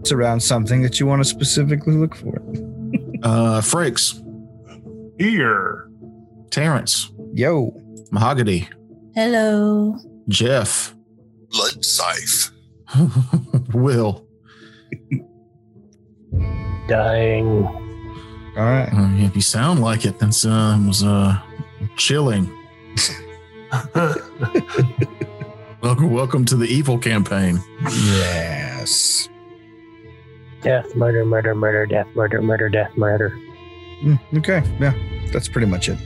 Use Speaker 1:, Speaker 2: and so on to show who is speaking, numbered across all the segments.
Speaker 1: It's around something that you want to specifically look for.
Speaker 2: Uh, Frakes,
Speaker 3: Here.
Speaker 2: Terrence,
Speaker 1: Yo,
Speaker 2: Mahogany,
Speaker 4: Hello.
Speaker 2: Jeff,
Speaker 5: Blood scythe.
Speaker 2: Will.
Speaker 6: Dying.
Speaker 1: all right.
Speaker 2: Uh, if you sound like it, that's uh, was uh, chilling. Welcome, welcome to the evil campaign.
Speaker 1: Yes.
Speaker 6: Death, murder, murder, murder, death, murder, murder, death, murder.
Speaker 1: Mm, okay. Yeah, that's pretty much it.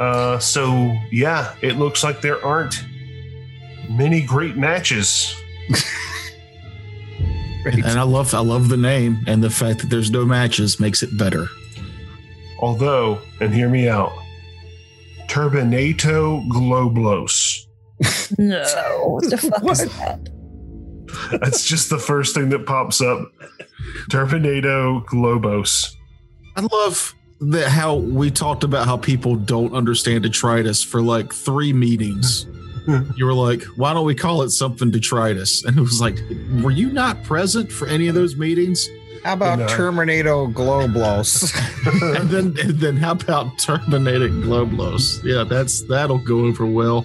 Speaker 3: Uh, so, yeah, it looks like there aren't many great matches.
Speaker 1: Great.
Speaker 2: And I love, I love the name and the fact that there's no matches makes it better.
Speaker 3: Although, and hear me out Turbinato Globlos.
Speaker 4: No. What the fuck is
Speaker 1: What?
Speaker 4: that?
Speaker 3: That's just the first thing that pops up. Turbinato Globos.
Speaker 2: I love that how we talked about how people don't understand detritus for like three meetings. you were like, why don't we call it something detritus? And it was like, were you not present for any of those meetings?
Speaker 1: How about
Speaker 3: No.
Speaker 1: Terminator Globlos?
Speaker 2: and then and then how about terminated globlos? Yeah, that's that'll go over well.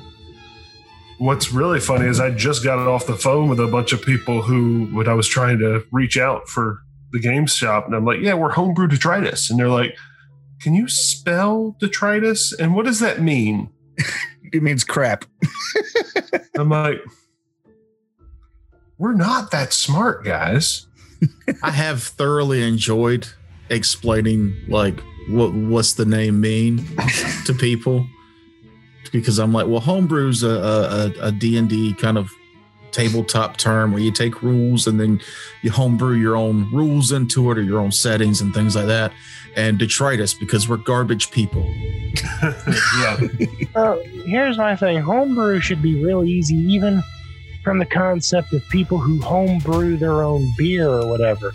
Speaker 3: What's really funny is I just got off the phone with a bunch of people who, when I was trying to reach out for the game shop, and I'm like, "Yeah, we're homebrew detritus," and they're like, "Can you spell detritus? And what does that mean?"
Speaker 1: it means crap.
Speaker 3: I'm like, "We're not that smart, guys."
Speaker 2: I have thoroughly enjoyed explaining like what what's the name mean to people because I'm like, well, homebrew's a a, a- a D&D kind of tabletop term where you take rules and then you homebrew your own rules into it or your own settings and things like that. And detritus because we're garbage people.
Speaker 3: yeah,
Speaker 6: Oh, here's my thing. Homebrew should be real easy, even from the concept of people who homebrew their own beer or whatever.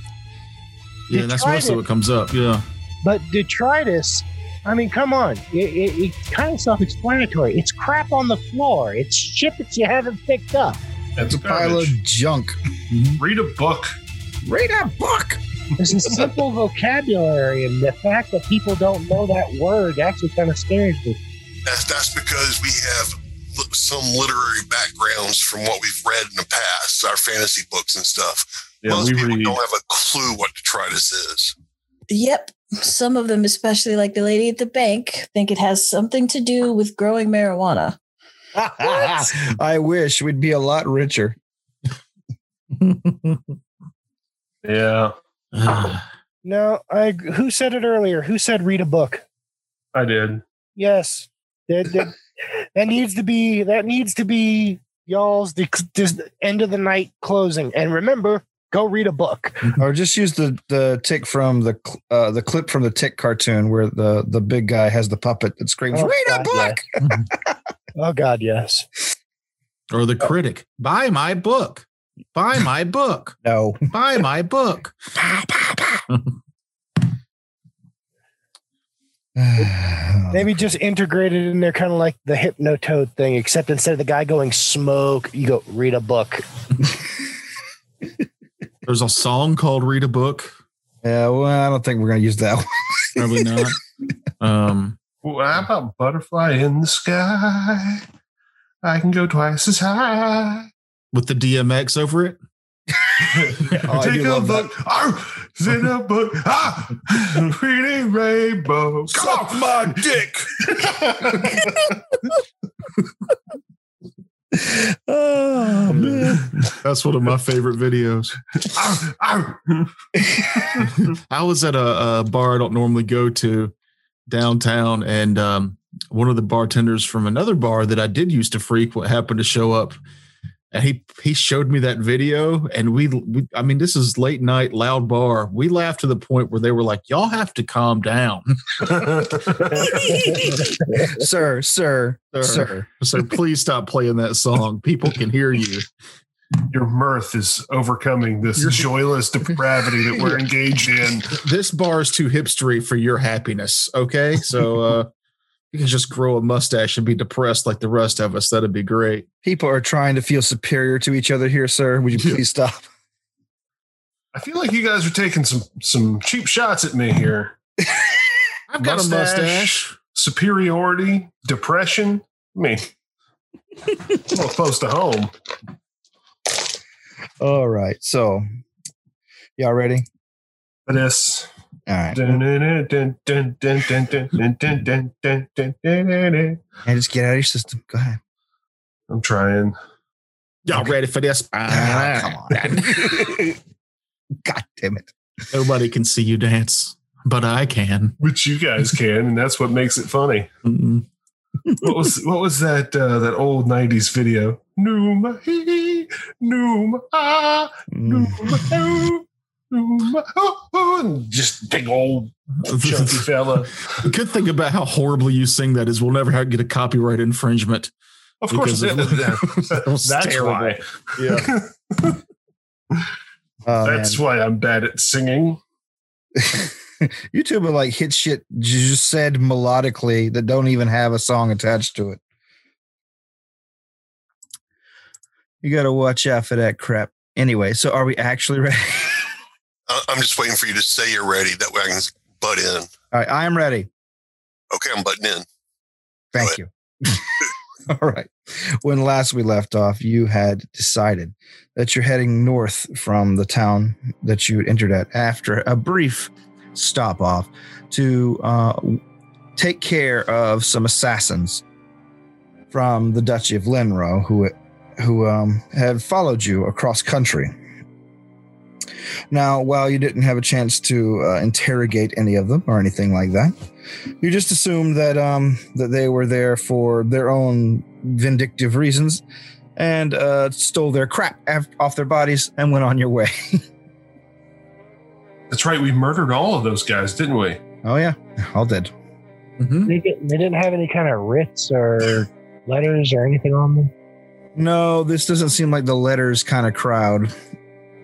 Speaker 2: Yeah, that's mostly
Speaker 6: Detritus.
Speaker 2: what comes up. Yeah.
Speaker 6: But detritus, I mean, come on. It, it, it's kind of self explanatory. It's crap on the floor, it's shit that you haven't picked up.
Speaker 3: that's
Speaker 1: It's a pile of junk.
Speaker 3: Read a book.
Speaker 1: Read a book.
Speaker 6: There's a simple vocabulary, and the fact that people don't know that word actually kind of scares me.
Speaker 5: That's, that's because we have li- some literary backgrounds from what we've read in the past, our fantasy books and stuff.
Speaker 3: Yeah,
Speaker 5: Most
Speaker 3: we
Speaker 5: people
Speaker 3: read.
Speaker 5: don't have a clue what detritus is.
Speaker 4: Yep. Some of them, especially like the lady at the bank, think it has something to do with growing marijuana.
Speaker 1: I wish we'd be a lot richer.
Speaker 3: Yeah,
Speaker 6: No, I. Who said it earlier? Who said read a book?
Speaker 3: I did.
Speaker 6: Yes, that, that, that needs to be that needs to be y'all's the, the end of the night closing. And remember, go read a book.
Speaker 1: Or just use the the tick from the cl- uh, the clip from the tick cartoon where the the big guy has the puppet that screams,
Speaker 6: Oh,
Speaker 1: "Read a
Speaker 6: God,
Speaker 1: book."
Speaker 6: Oh God, yes.
Speaker 2: or the critic buy my book buy my book
Speaker 1: No,
Speaker 2: buy my book
Speaker 6: Maybe just integrated in there, kind of like the hypnotoad thing, except instead of the guy going smoke, you go read a book.
Speaker 2: there's a song called read a book
Speaker 1: yeah, well, I don't think we're gonna use that. One.
Speaker 2: probably not um
Speaker 3: Well, how about butterfly in the sky? I can go twice as high.
Speaker 2: with the dmx over it
Speaker 1: I
Speaker 3: Take
Speaker 1: do
Speaker 3: a
Speaker 1: love
Speaker 3: book. Arr, sit a book. Ah, reading rainbow.
Speaker 5: Suck my dick.
Speaker 1: oh man,
Speaker 2: that's one of my favorite videos
Speaker 3: Arr, arr.
Speaker 2: i was at a, a bar i don't normally go to downtown and um one of the bartenders from another bar that i did used to frequent happened to show up
Speaker 7: and he he showed me that video and we, we i mean this is late night loud bar we laughed to the point where they were like y'all have to calm down
Speaker 3: oh.
Speaker 1: sir, sir,
Speaker 7: Sir.
Speaker 1: sir.
Speaker 7: so please stop playing that song people can hear you
Speaker 3: Your mirth is overcoming this
Speaker 7: Your-
Speaker 3: joyless depravity that we're engaged in.
Speaker 7: this bar is too hipstery for your happiness okay so uh you can just grow a mustache and be depressed like the rest of us that'd be great
Speaker 1: People are trying to feel superior to each other here, sir. Would you
Speaker 7: Yeah.
Speaker 1: please stop?
Speaker 3: I feel like you guys are taking some some cheap shots at me here.
Speaker 7: i've got
Speaker 3: Mustache.
Speaker 7: a mustache
Speaker 3: Superiority, depression. I mean, I'm not close to home.
Speaker 1: All right. So, y'all ready?
Speaker 3: But it's
Speaker 1: All right.
Speaker 3: I'm
Speaker 1: And just get out of your system. Go ahead.
Speaker 3: trying.
Speaker 7: y'all ready for this
Speaker 1: Ah, come on. God damn it.
Speaker 7: nobody can see you dance but i can
Speaker 3: Which you guys can, and that's what makes it funny. What was what was that uh, that old '90s video? Noom hee, noom ah, noom
Speaker 1: Mm.
Speaker 3: oh, noom oh, oh, and just big old chunky fella.
Speaker 7: The good thing about how horribly you sing that is we'll never have- get a copyright infringement.
Speaker 3: Of course,
Speaker 7: Because of- that was
Speaker 3: that's
Speaker 7: terrible.
Speaker 3: why.
Speaker 7: Yeah.
Speaker 1: Oh, man.
Speaker 3: That's why I'm bad at singing.
Speaker 1: YouTube will like hit shit you just said melodically that don't even have a song attached to it. You got to watch out for that crap. Anyway, so are we actually ready?
Speaker 5: I- I'm just waiting for you to say you're ready. That way I can butt in.
Speaker 1: All right, I am ready.
Speaker 5: Okay, I'm butting in.
Speaker 1: Thank you. All right. When last we left off, you had decided that you're heading north from the town that you entered at after a brief stop off to uh, take care of some assassins from the Duchy of Lenro who who um, had followed you across country. Now, while you didn't have a chance to uh, interrogate any of them or anything like that, you just assumed that um that they were there for their own vindictive reasons and uh stole their crap af- off their bodies and went on your way
Speaker 3: That's right. We murdered all of those guys, didn't we?
Speaker 1: oh yeah all dead
Speaker 7: Mhm.
Speaker 6: They, didn't, they didn't have any kind of writs or letters or anything on them.
Speaker 1: no this doesn't seem like the letters kind of crowd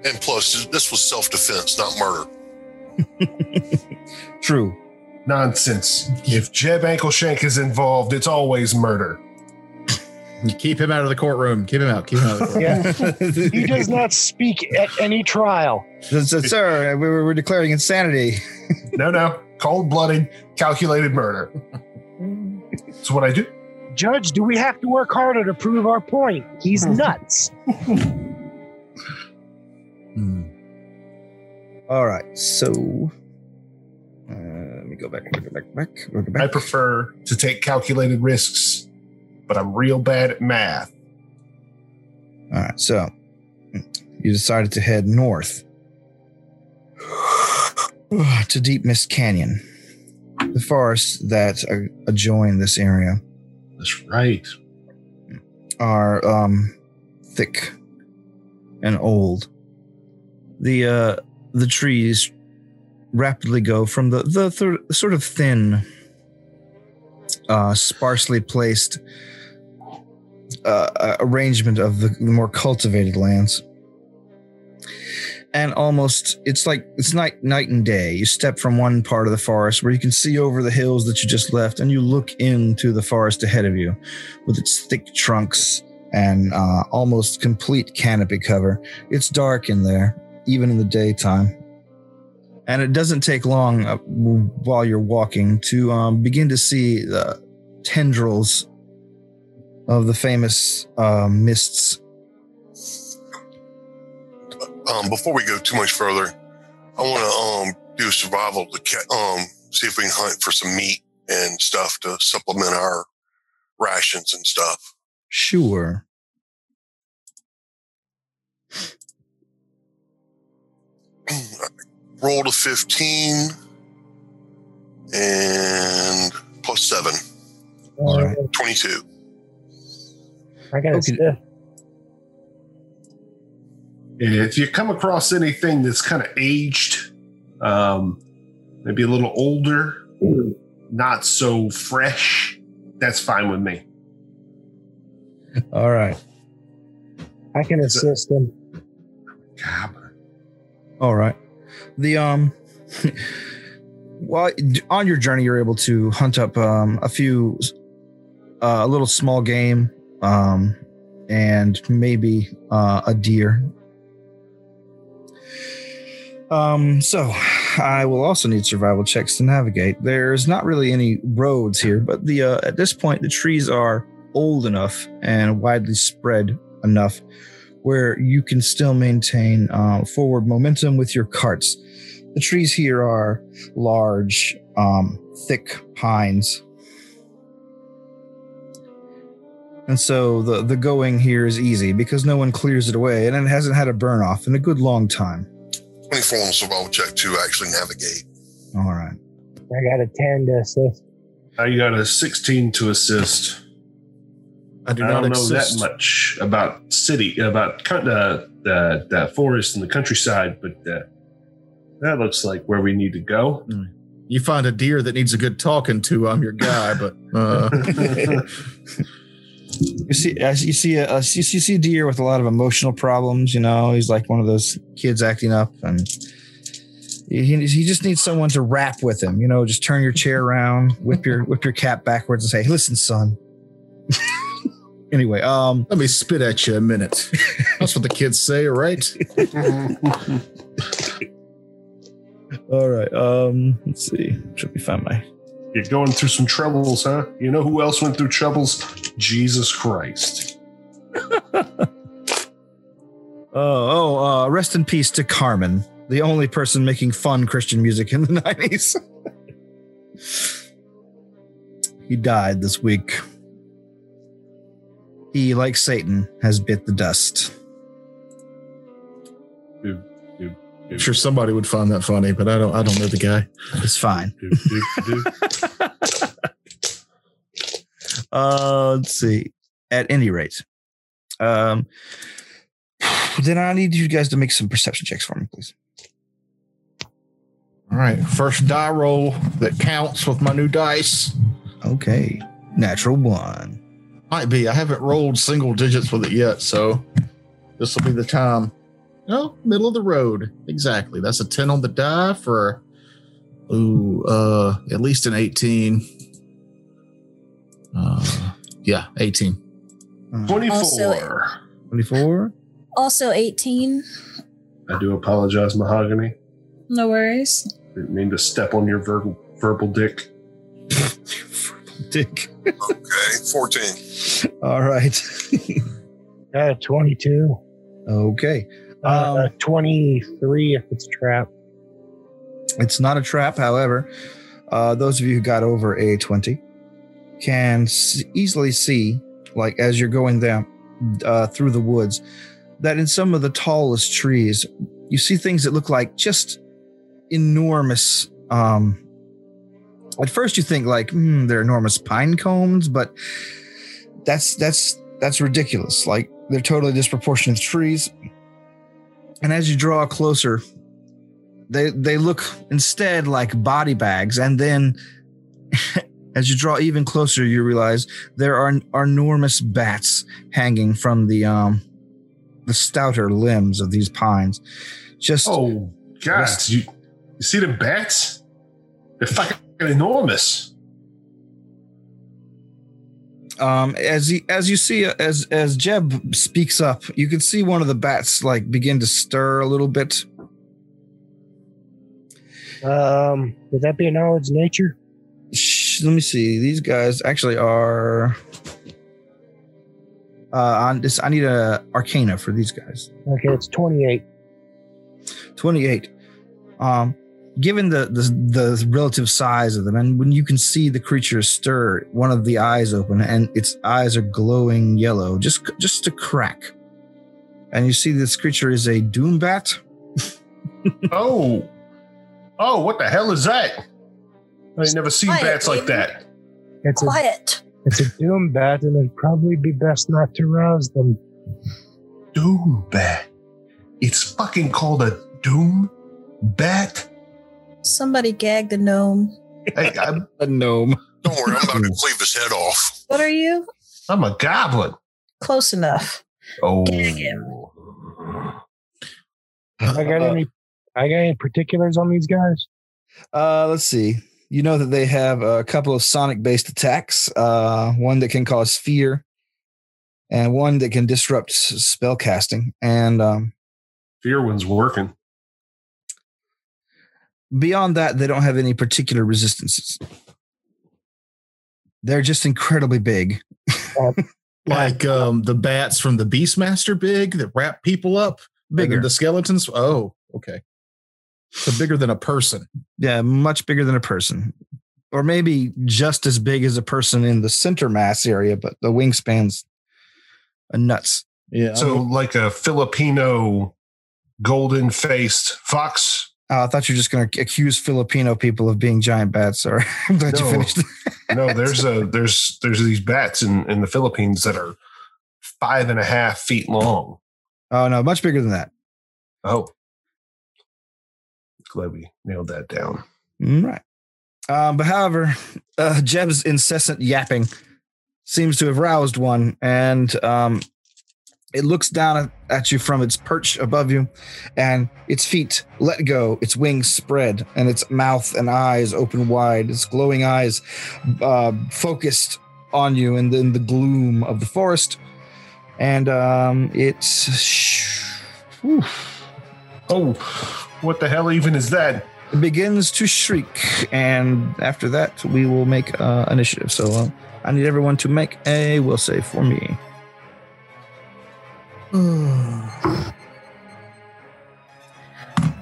Speaker 5: And plus, this was self defense, not murder.
Speaker 1: true
Speaker 3: Nonsense. If Jeb Ankleshank is involved, it's always murder.
Speaker 7: You keep him out of the courtroom. Keep him out. Keep him out of the courtroom.
Speaker 6: Yeah. He
Speaker 1: he
Speaker 6: does not speak at any trial.
Speaker 1: sir we were, we're declaring insanity
Speaker 3: No, no. Cold blooded, calculated murder. That's what I do.
Speaker 6: Judge, do we have to work harder to prove our point? He's nuts.
Speaker 7: Hmm.
Speaker 1: all right so uh, let me go back go back back go back
Speaker 3: I prefer to take calculated risks, but I'm real bad at math.
Speaker 1: All right, so you decided to head north to Deep Mist Canyon, the forest that uh, adjoin this area
Speaker 3: That's right.
Speaker 1: are um, thick and old. The uh, the trees rapidly go from the the thir- sort of thin, uh, sparsely placed uh, uh, arrangement of the, the more cultivated lands, and almost it's like it's night night and day. You step from one part of the forest where you can see over the hills that you just left, and you look into the forest ahead of you with its thick trunks and uh, almost complete canopy cover. It's dark in there, even in the daytime. And it doesn't take long uh, w- while you're walking to um, begin to see the tendrils of the famous uh, mists.
Speaker 5: Um, before we go too much further, I want to um, do a survival to ca- um, see if we can hunt for some meat and stuff to supplement our rations and stuff.
Speaker 1: Sure.
Speaker 5: Roll to 15 and plus 7,
Speaker 1: All right.
Speaker 5: 22.
Speaker 6: I got
Speaker 1: Okay.
Speaker 6: okay.
Speaker 3: If you come across anything that's kind of aged, um, maybe a little older, not so fresh, that's fine with me.
Speaker 1: All right.
Speaker 6: I can assist him.
Speaker 3: God,
Speaker 1: All right. The um well on your journey you're able to hunt up um a few uh, a little small game um and maybe uh, a deer. Um so I will also need survival checks to navigate. There's not really any roads here, but the uh, at this point the trees are old enough and widely spread enough where you can still maintain uh, forward momentum with your carts. The trees here are large, um, thick pines. And so the, the going here is easy because no one clears it away and it hasn't had a burn off in a good long time.
Speaker 5: 24 on the survival check to actually navigate.
Speaker 1: All right.
Speaker 6: I got a 10 to assist.
Speaker 3: I got a 16 to assist.
Speaker 7: I do
Speaker 3: I
Speaker 7: not
Speaker 3: don't know
Speaker 7: exist.
Speaker 3: that much about city, about kind of the, the forest and the countryside, but uh, that looks like where we need to go.
Speaker 7: You find a deer that needs a good talking to, I'm your guy, but uh,
Speaker 1: You see, as you see, a, a- you see, you see a deer with a lot of emotional problems. You know, he's like one of those kids acting up, and he, he just needs someone to rap with him. You know, just turn your chair around, whip your whip your cap backwards, and say, "Hey, "Listen, son." anyway, um,
Speaker 7: let me spit at you a minute. That's what the kids say, right?
Speaker 1: all right, um, let's see. Should we find my?
Speaker 3: You're going through some troubles, huh? You know who else went through troubles? Jesus Christ.
Speaker 1: Oh, oh, uh, rest in peace to Carmen, the only person making fun Christian music in the nineties. he died this week. He, like Satan, has bit the dust.
Speaker 7: I'm sure somebody would find that funny, but I don't. I don't know the guy.
Speaker 1: It's fine.
Speaker 3: Do, do, do.
Speaker 1: Uh, let's see. At any rate, um, then I need you guys to make some perception checks for me, please.
Speaker 7: All right, first die roll that counts with my new dice
Speaker 1: Okay, natural one.
Speaker 7: might be. I haven't rolled single digits with it yet, so this will be the time. No, middle of the road. Exactly. That's a ten on the die for. Ooh, uh, at least an eighteen. Uh, yeah, eighteen.
Speaker 3: 24.
Speaker 4: Also-
Speaker 1: Twenty-four.
Speaker 4: Also 18.
Speaker 3: I do apologize, Mahogany.
Speaker 4: No worries.
Speaker 3: Didn't mean to step on your verbal verbal dick.
Speaker 1: Dick.
Speaker 5: Okay, 14.
Speaker 1: All right.
Speaker 6: Got a 22.
Speaker 1: okay.
Speaker 6: uh,
Speaker 1: Um,
Speaker 6: a 23 if it's a trap.
Speaker 1: It's not a trap, however. Uh, those of you who got over a 20 can s- easily see, like as you're going down uh, through the woods, that in some of the tallest trees, you see things that look like just enormous. Um, at first, you think like hmm, they're enormous pine cones, but that's that's that's ridiculous. Like they're totally disproportionate to trees. And as you draw closer, they they look instead like body bags and then as you draw even closer you realize there are, are enormous bats hanging from the um the stouter limbs of these pines just
Speaker 3: Oh, God. You, you see the bats? They're fucking enormous.
Speaker 1: um as he, as you see as as jeb speaks up you can see one of the bats like begin to stir a little bit
Speaker 6: Um, would that be a knowledge nature?
Speaker 1: Shh, let me see. These guys actually are. Uh, on this, I need a Arcana for these guys.
Speaker 6: Okay, it's 28.
Speaker 1: Twenty-eight. Um, given the, the the relative size of them, and when you can see the creature stir, one of the eyes open, and its eyes are glowing yellow, just just a crack. And you see this creature is a doom bat.
Speaker 3: Oh. Oh, what the hell is that? I ain't never seen
Speaker 4: Quiet,
Speaker 3: bats like
Speaker 4: baby.
Speaker 3: that.
Speaker 6: It's a,
Speaker 4: Quiet.
Speaker 6: it's a doom bat, and it'd probably be best not to rouse them.
Speaker 3: Doom bat. It's fucking called a doom bat.
Speaker 4: Somebody gagged a gnome.
Speaker 3: Hey, I'm,
Speaker 7: A gnome.
Speaker 5: Don't worry, I'm about to cleave his head off.
Speaker 4: What are you?
Speaker 3: I'm a goblin.
Speaker 4: Close enough.
Speaker 3: Oh,
Speaker 4: Gag him.
Speaker 6: I got any? I got any particulars on these guys?
Speaker 1: Uh, let's see. You know that they have a couple of sonic based attacks, uh, one that can cause fear and one that can disrupt s- spell casting. And um,
Speaker 3: fear one's working.
Speaker 1: beyond that, they don't have any particular resistances. They're just incredibly big.
Speaker 7: Like um, the bats from the Beastmaster big that wrap people up. Bigger.
Speaker 1: Bigger.
Speaker 7: the skeletons. Oh, okay. So bigger than a person.
Speaker 1: Yeah, much bigger than a person. Or maybe just as big as a person in the center mass area, but the wingspan's a nuts.
Speaker 7: Yeah.
Speaker 3: So, like a Filipino golden faced fox.
Speaker 1: Uh, I thought you were just going to accuse Filipino people of being giant bats. Sorry, I'm glad you
Speaker 3: No.
Speaker 1: finished.
Speaker 3: No, there's a there's there's these bats in in the Philippines that are five and a half feet long.
Speaker 1: Oh no, much bigger than that.
Speaker 3: Oh, glad we nailed that down.
Speaker 1: Right. Um, but however, uh, Jeb's incessant yapping seems to have roused one, and um, it looks down at, at you from its perch above you, and its feet let go, its wings spread, and its mouth and eyes open wide, its glowing eyes uh, focused on you in the, in the gloom of the forest. And um, it's. whew,
Speaker 3: Oh, what the hell even is that?
Speaker 1: begins to shriek, and after that, we will make uh, initiative. So uh, I need everyone to make a will save for me.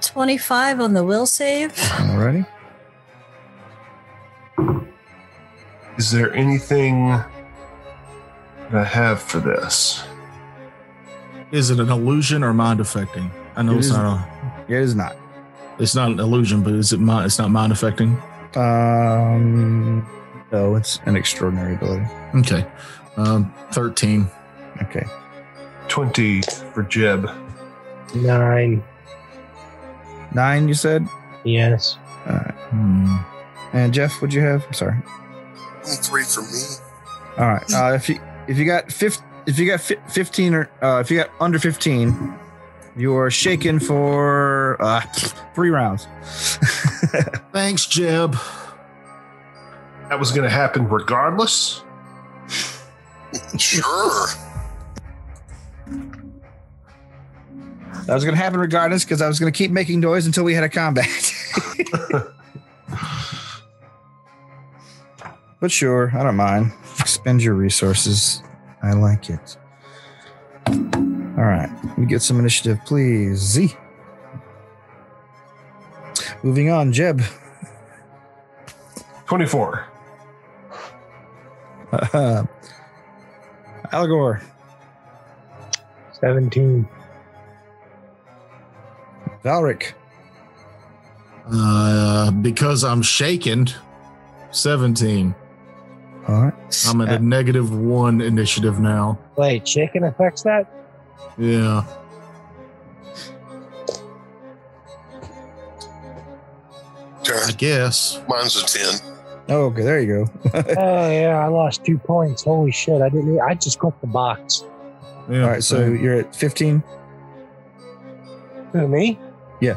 Speaker 4: Twenty-five on the will save.
Speaker 1: Alrighty.
Speaker 3: Is there anything that I have for this?
Speaker 7: is it an illusion or mind affecting? I know
Speaker 1: It
Speaker 7: it's
Speaker 1: is-
Speaker 7: not. A,
Speaker 1: It is not.
Speaker 7: it's not an illusion, but is it mind? It's not mind affecting.
Speaker 1: Um, no, it's an extraordinary ability.
Speaker 7: Okay. Um, Thirteen.
Speaker 1: Okay.
Speaker 3: 20 for Jeb.
Speaker 6: Nine.
Speaker 1: Nine, you said?
Speaker 6: Yes.
Speaker 7: Hmm.
Speaker 1: And Jeff, what'd you have? I'm sorry.
Speaker 5: Only three for me.
Speaker 1: All right. Uh, if you if you got fif- if you got fi- fifteen or uh, if you got under fifteen, you are shaken for uh, three rounds.
Speaker 7: Thanks, Jeb.
Speaker 3: That was going to happen regardless.
Speaker 5: Sure.
Speaker 1: That was going to happen regardless because I was going to keep making noise until we had a combat. but sure, I don't mind. Spend your resources. I like it. All right, let me get some initiative, please. Z. Moving on, Jeb.
Speaker 3: 24.
Speaker 1: Algor.
Speaker 6: Seventeen.
Speaker 1: Valric.
Speaker 7: Uh, because I'm shaken. Seventeen.
Speaker 1: All right.
Speaker 7: I'm at a negative one initiative now.
Speaker 6: Wait, shaking affects that?
Speaker 7: Yeah.
Speaker 5: Darn,
Speaker 7: I guess.
Speaker 5: Mine's a 10.
Speaker 1: Oh, okay. There you go.
Speaker 6: oh yeah, I lost two points. Holy shit! I didn't. e, I just clicked the box.
Speaker 7: Yeah,
Speaker 1: All right. So you're at 15.
Speaker 6: Who me?
Speaker 1: Yeah.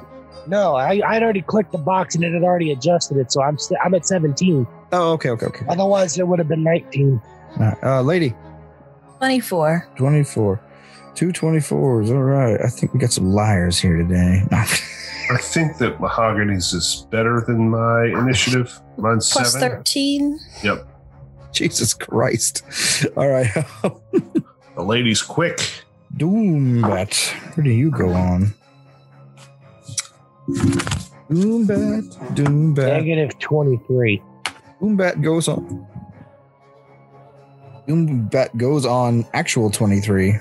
Speaker 6: No, I I'd already clicked the box and it had already adjusted it, so I'm st- I'm at seventeen.
Speaker 1: Oh, okay. Okay. Okay.
Speaker 6: Otherwise, it would have been nineteen.
Speaker 1: All right. Uh, lady.
Speaker 4: Twenty-four.
Speaker 1: 24. Two 24s. All right. I think we got some liars here today.
Speaker 3: I think that Mahogany's is better than my initiative. Mine's
Speaker 4: Plus
Speaker 3: seven.
Speaker 4: thirteen.
Speaker 1: Jesus Christ. All right.
Speaker 3: The lady's quick.
Speaker 1: Doombat. Where do you go on? Doombat. Doombat.
Speaker 6: Negative twenty three.
Speaker 1: Doombat goes on. Doombat goes on actual 23.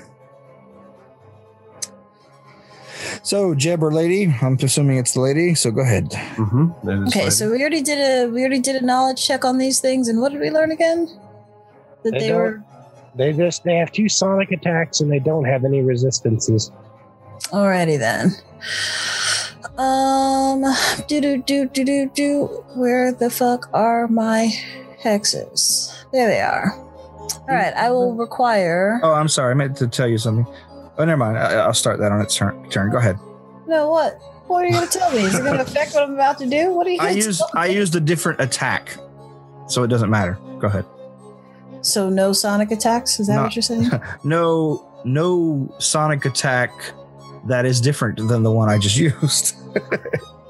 Speaker 1: So, Jeb or lady, I'm assuming it's the lady, so go ahead.
Speaker 3: Mm-hmm.
Speaker 4: Okay, so we already did a we already did a knowledge check on these things, and what did we learn again? That
Speaker 6: They
Speaker 4: they,
Speaker 6: don't-
Speaker 4: were
Speaker 6: They just they have two sonic attacks and they don't have any resistances.
Speaker 4: Alrighty then. Um, do do do do do do. Where the fuck are my hexes? There they are. All right, I will
Speaker 6: Mm-hmm.
Speaker 4: require.
Speaker 1: Oh, I'm sorry. I meant to tell you something. Oh, never mind. I, I'll start that on its turn. Turn. Go ahead.
Speaker 4: No, what? What are you gonna tell me? Is it gonna affect what I'm about to do? What are you
Speaker 1: I
Speaker 4: gonna
Speaker 1: used
Speaker 4: tell
Speaker 1: I
Speaker 4: me?
Speaker 1: used a different attack, so it doesn't matter. Go ahead.
Speaker 4: So no sonic attacks. Is that
Speaker 1: No.
Speaker 4: what you're saying?
Speaker 1: No, no sonic attack that is different than the one I just used.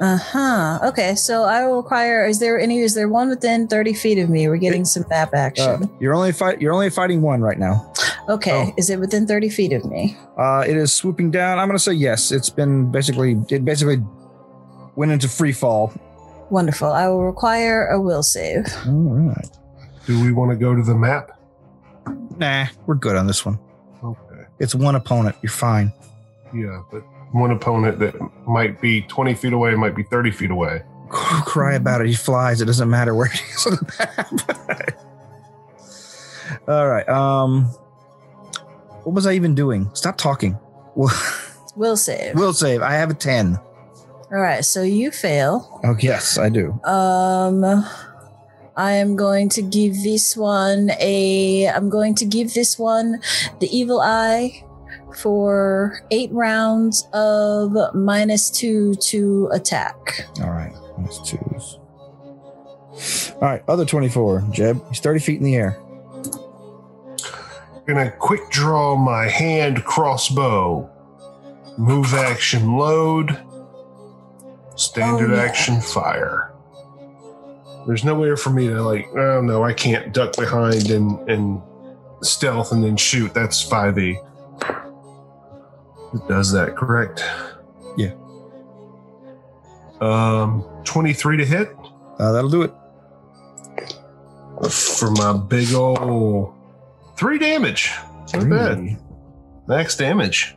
Speaker 4: Uh huh. Okay, so I will require. Is there any? Is there one within 30 feet of me? We're getting some map
Speaker 1: Uh,
Speaker 4: action.
Speaker 1: you're only fight. You're only fighting one right now.
Speaker 4: okay,
Speaker 1: oh.
Speaker 4: is it within 30 feet of me?
Speaker 1: Uh, it is swooping down. I'm gonna say yes. It's been basically. It basically went into free fall.
Speaker 4: Wonderful. I will require a will save.
Speaker 1: All right.
Speaker 3: Do we want to go to the map?
Speaker 1: Nah, we're good on this one.
Speaker 3: Okay.
Speaker 1: It's one opponent. You're fine.
Speaker 3: Yeah, but one opponent that might be 20 feet away might be 30 feet away.
Speaker 1: cry about it. He flies. It doesn't matter where he is on the map. All right. Um, what was I even doing? Stop talking. Well,
Speaker 4: Will save.
Speaker 1: will save. I have a ten.
Speaker 4: All right, so you fail.
Speaker 1: Oh yes, I do.
Speaker 4: Um, I am going to give this one a. I'm going to give this one the evil eye for eight rounds of minus two to attack.
Speaker 1: All right. Let's choose. All right. Other twenty-four. Jeb. He's thirty feet in the air.
Speaker 3: Gonna quick draw my hand crossbow. Move action load. Standard
Speaker 4: Oh, yeah.
Speaker 3: action fire. There's nowhere for me to like, oh no, I can't duck behind and, and stealth and then shoot. That's 5e. It does that, correct?
Speaker 1: Yeah.
Speaker 3: Um, 23 to hit
Speaker 1: Uh, that'll do it.
Speaker 3: for my big ol' three damage. Not bad.
Speaker 1: Three.
Speaker 3: Max damage.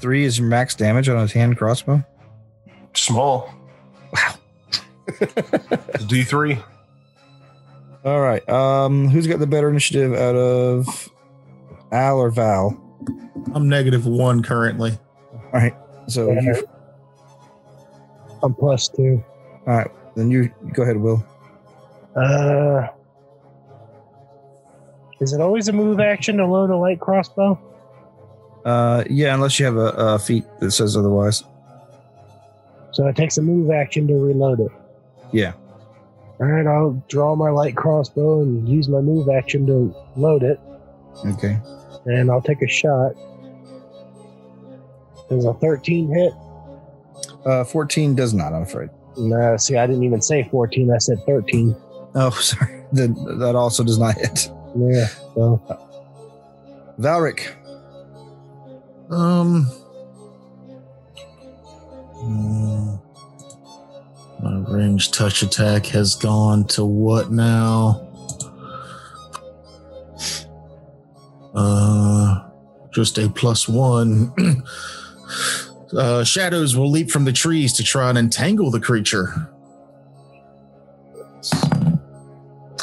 Speaker 1: Three is your max damage on his hand crossbow.
Speaker 3: Small.
Speaker 1: Wow.
Speaker 3: D three.
Speaker 1: All right. Um, who's got the better initiative out of Al or Val?
Speaker 7: I'm negative one currently.
Speaker 1: All right. So you
Speaker 6: I'm plus two.
Speaker 1: Then you go ahead, Will.
Speaker 6: Uh, is it always a move action to load a light crossbow?
Speaker 1: Uh, yeah, unless you have a, a feat that says otherwise.
Speaker 6: So it takes a move action to reload it.
Speaker 1: Yeah.
Speaker 6: All right, I'll draw my light crossbow and use my move action to load it,
Speaker 1: Okay.
Speaker 6: and I'll take a shot. Does a 13 hit?
Speaker 1: Uh, 14 does not, I'm afraid.
Speaker 6: No, see, I didn't even say 14. I said 13.
Speaker 1: Oh, sorry. Then that also does not hit.
Speaker 6: Yeah, so
Speaker 1: Valric.
Speaker 7: Um. mm, My range touch attack has gone to what now? Uh, just a plus one. uh, shadows will leap from the trees to try and entangle the creature.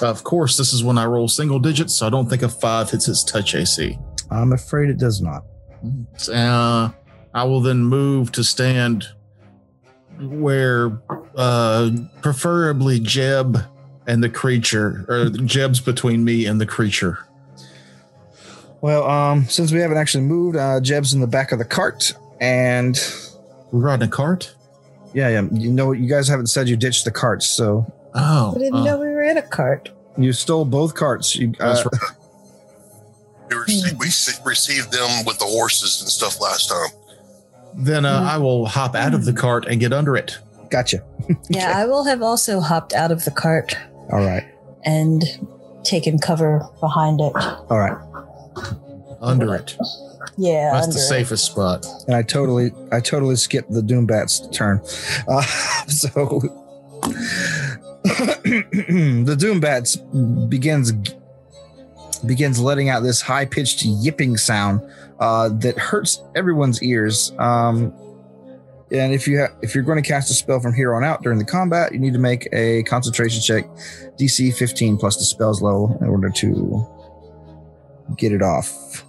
Speaker 7: Of course, this is when I roll single digits, so I don't think a five hits its touch AC.
Speaker 1: I'm afraid it does not.
Speaker 7: Uh, I will then move to stand where, uh, preferably Jeb and the creature, or Jeb's between me and the creature.
Speaker 1: Well, um, since we haven't actually moved, uh, Jeb's in the back of the cart, and
Speaker 7: We riding a cart.
Speaker 1: yeah, yeah, you know, you guys haven't said you ditched the carts, so
Speaker 7: Oh,
Speaker 4: I didn't
Speaker 7: uh,
Speaker 4: know we were in a cart.
Speaker 1: you stole both carts. You, uh,
Speaker 7: that's right.
Speaker 5: We, rece- we se- received them with the horses and stuff last time.
Speaker 7: Then uh, I will hop out
Speaker 4: Hmm.
Speaker 7: of the cart and get under it.
Speaker 1: Gotcha.
Speaker 4: Yeah, I will have also hopped out of the cart
Speaker 1: All right,
Speaker 4: and taken cover behind it.
Speaker 1: all right.
Speaker 7: Under it.
Speaker 4: Yeah,
Speaker 7: That's
Speaker 4: under
Speaker 7: the
Speaker 4: it.
Speaker 7: safest spot.
Speaker 1: And I totally, I totally skipped the Doombats turn. Uh, so the Doombats begins begins letting out this high pitched yipping sound uh, that hurts everyone's ears. Um, and if you ha- if you're going to cast a spell from here on out during the combat, you need to make a concentration check, DC 15 plus the spell's level in order to get it off.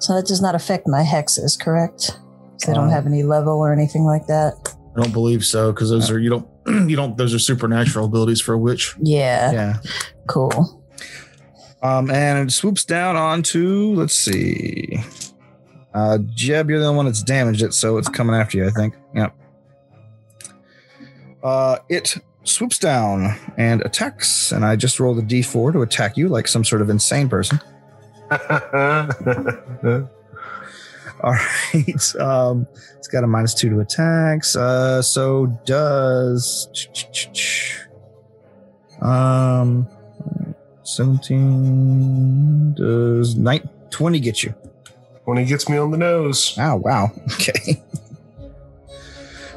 Speaker 4: So that does not affect my hexes, correct? 'Cause They don't
Speaker 1: Uh,
Speaker 4: have any level or anything like that.
Speaker 7: I don't believe so because those are you don't you don't those are supernatural abilities for a witch.
Speaker 4: Yeah,
Speaker 1: Yeah.
Speaker 4: cool.
Speaker 1: Um, and it swoops down onto, let's see. Uh, Jeb, you're the only one that's damaged it, so it's coming after you, I think. Yep. Uh, it swoops down and attacks, and I just rolled a d4 to attack you like some sort of insane person. All right. Um, it's got a minus two to attacks. Uh, so does. Um, 17. Does nine, 20 get you?
Speaker 3: when he gets me on the nose.
Speaker 1: Oh, wow. Okay.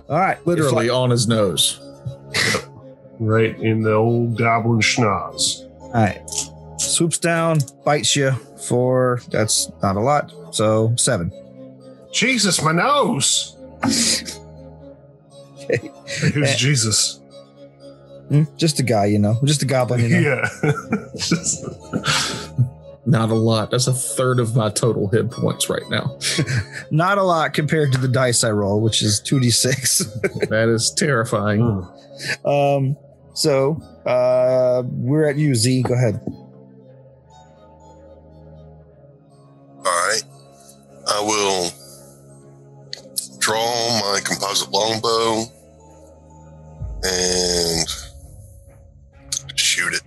Speaker 1: All right.
Speaker 7: Literally
Speaker 1: Literally.
Speaker 7: on his nose.
Speaker 3: Right in the old goblin schnoz.
Speaker 1: All right. Swoops down, bites you for that's not a lot. So seven.
Speaker 3: Jesus, my nose. Who's
Speaker 1: Eh.
Speaker 3: Jesus?
Speaker 1: Hmm, Just a guy, you know, just a goblin, you know.
Speaker 3: Yeah.
Speaker 7: Not a lot. That's a third of my total hit points right now.
Speaker 1: Not a lot compared to the dice I roll, which is 2d6.
Speaker 7: that is terrifying.
Speaker 3: Hmm.
Speaker 1: Um, so uh, we're at you, Z. Go ahead.
Speaker 5: All right. I will draw my composite longbow and shoot it.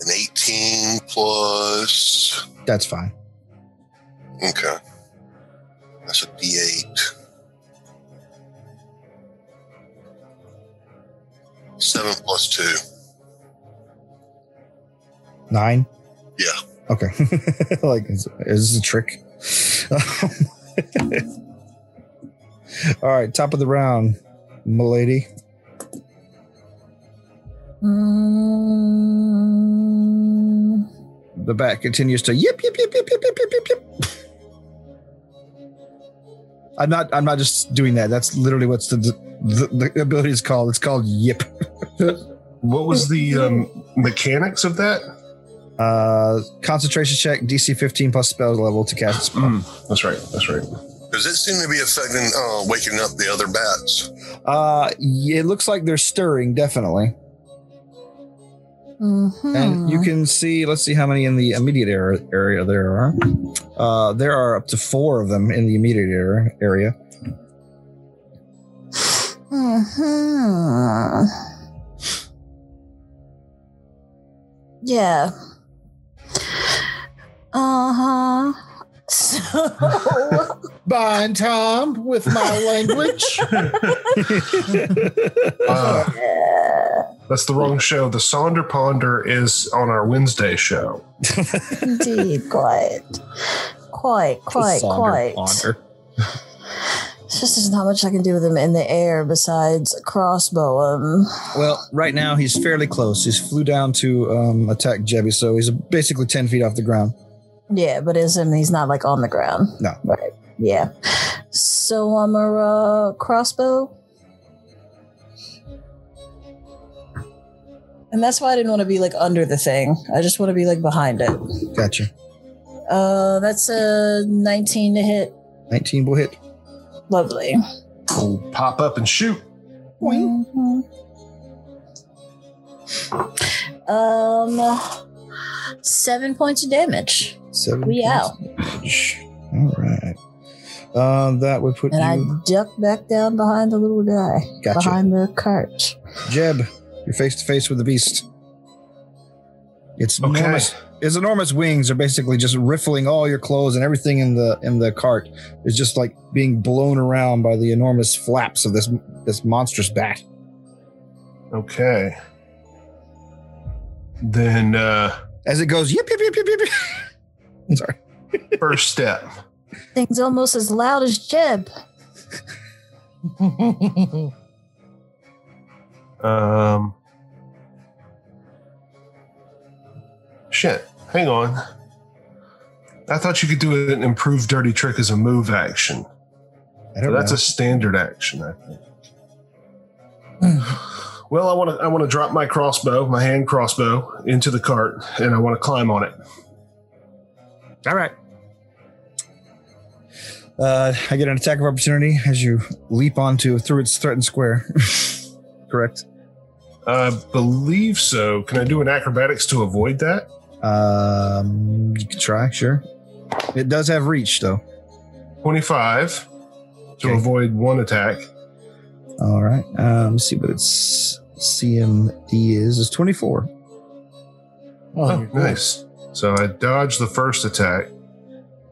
Speaker 5: An 18 plus.
Speaker 1: That's fine.
Speaker 5: Okay. That's a D8. Seven plus two.
Speaker 1: Nine.
Speaker 5: Yeah.
Speaker 1: Okay. like, is, is this a trick? All right. Top of the round, milady.
Speaker 4: Mm,
Speaker 1: The bat continues to yip yip yip yip yip yip yip yip. yip. I'm not. I'm not just doing that. That's literally what's the the, the ability is called. It's called yip.
Speaker 3: What was the um, mechanics of that?
Speaker 1: Uh, concentration check, DC 15 plus spell level to cast. a spell.
Speaker 3: Mm, that's right. That's right.
Speaker 5: Does it seem to be affecting uh, waking up the other bats?
Speaker 1: Uh, y- it looks like they're stirring, definitely.
Speaker 4: mhm.
Speaker 1: And you can see, let's see how many in the immediate area, area there are. Uh, there are up to four of them in the immediate area. area.
Speaker 4: Mhm. Yeah. Uh huh. So,
Speaker 7: Bind Tom with my language.
Speaker 3: Uh,
Speaker 4: yeah,
Speaker 3: that's the wrong show. The Sonder Ponder is on our Wednesday show.
Speaker 4: indeed, quite, quite, quite,
Speaker 1: Sonder
Speaker 4: quite.
Speaker 1: Ponder.
Speaker 4: It's just there's not much I can do with him in the air besides crossbow him.
Speaker 1: Well, right now he's fairly close. He's flew down to um, attack Jebby, so he's basically 10 feet off the ground.
Speaker 4: Yeah, but is him? He's not like on the ground.
Speaker 1: No.
Speaker 4: Right. Yeah. So I'm a uh, crossbow. And that's why I didn't want to be like under the thing. I just want to be like behind it.
Speaker 1: Gotcha.
Speaker 4: Uh, that's a 19 to hit.
Speaker 1: 19 will hit.
Speaker 4: Lovely.
Speaker 3: We'll pop up and shoot.
Speaker 4: Mhm. Um, seven points of damage.
Speaker 1: Seven.
Speaker 4: We
Speaker 1: points
Speaker 4: out.
Speaker 1: each. All right. Uh, that would put
Speaker 4: And I
Speaker 1: you.
Speaker 4: duck back down behind the little guy,
Speaker 1: gotcha.
Speaker 4: behind the cart.
Speaker 1: Jeb, you're face to face with the beast. Its
Speaker 3: Okay.
Speaker 1: enormous, its enormous wings are basically just riffling all your clothes and everything in the in the cart is just like being blown around by the enormous flaps of this this monstrous bat.
Speaker 3: Okay. Then uh
Speaker 1: As it goes, yip yip yip yip yip. yip. I'm sorry.
Speaker 3: first step.
Speaker 4: Thing's almost as loud as Jeb.
Speaker 3: Um Shit. Hang on. I thought you could do an improved dirty trick as a move action.
Speaker 1: I
Speaker 3: So
Speaker 1: don't
Speaker 3: that's
Speaker 1: know.
Speaker 3: a standard action, I think. Well, I want to I want to drop my crossbow, my hand crossbow, into the cart, and I want to climb on it.
Speaker 6: All right.
Speaker 1: Uh, I get an attack of opportunity as you leap onto through its threatened square. Correct.
Speaker 3: I believe so. Can I do an acrobatics to avoid that?
Speaker 1: Um, you can try, sure. It does have reach though.
Speaker 3: Twenty five to
Speaker 1: Okay.
Speaker 3: avoid one attack.
Speaker 1: All right. Um, let's see what its CMD is. It's 24.
Speaker 3: Oh, nice. So I dodged the first attack,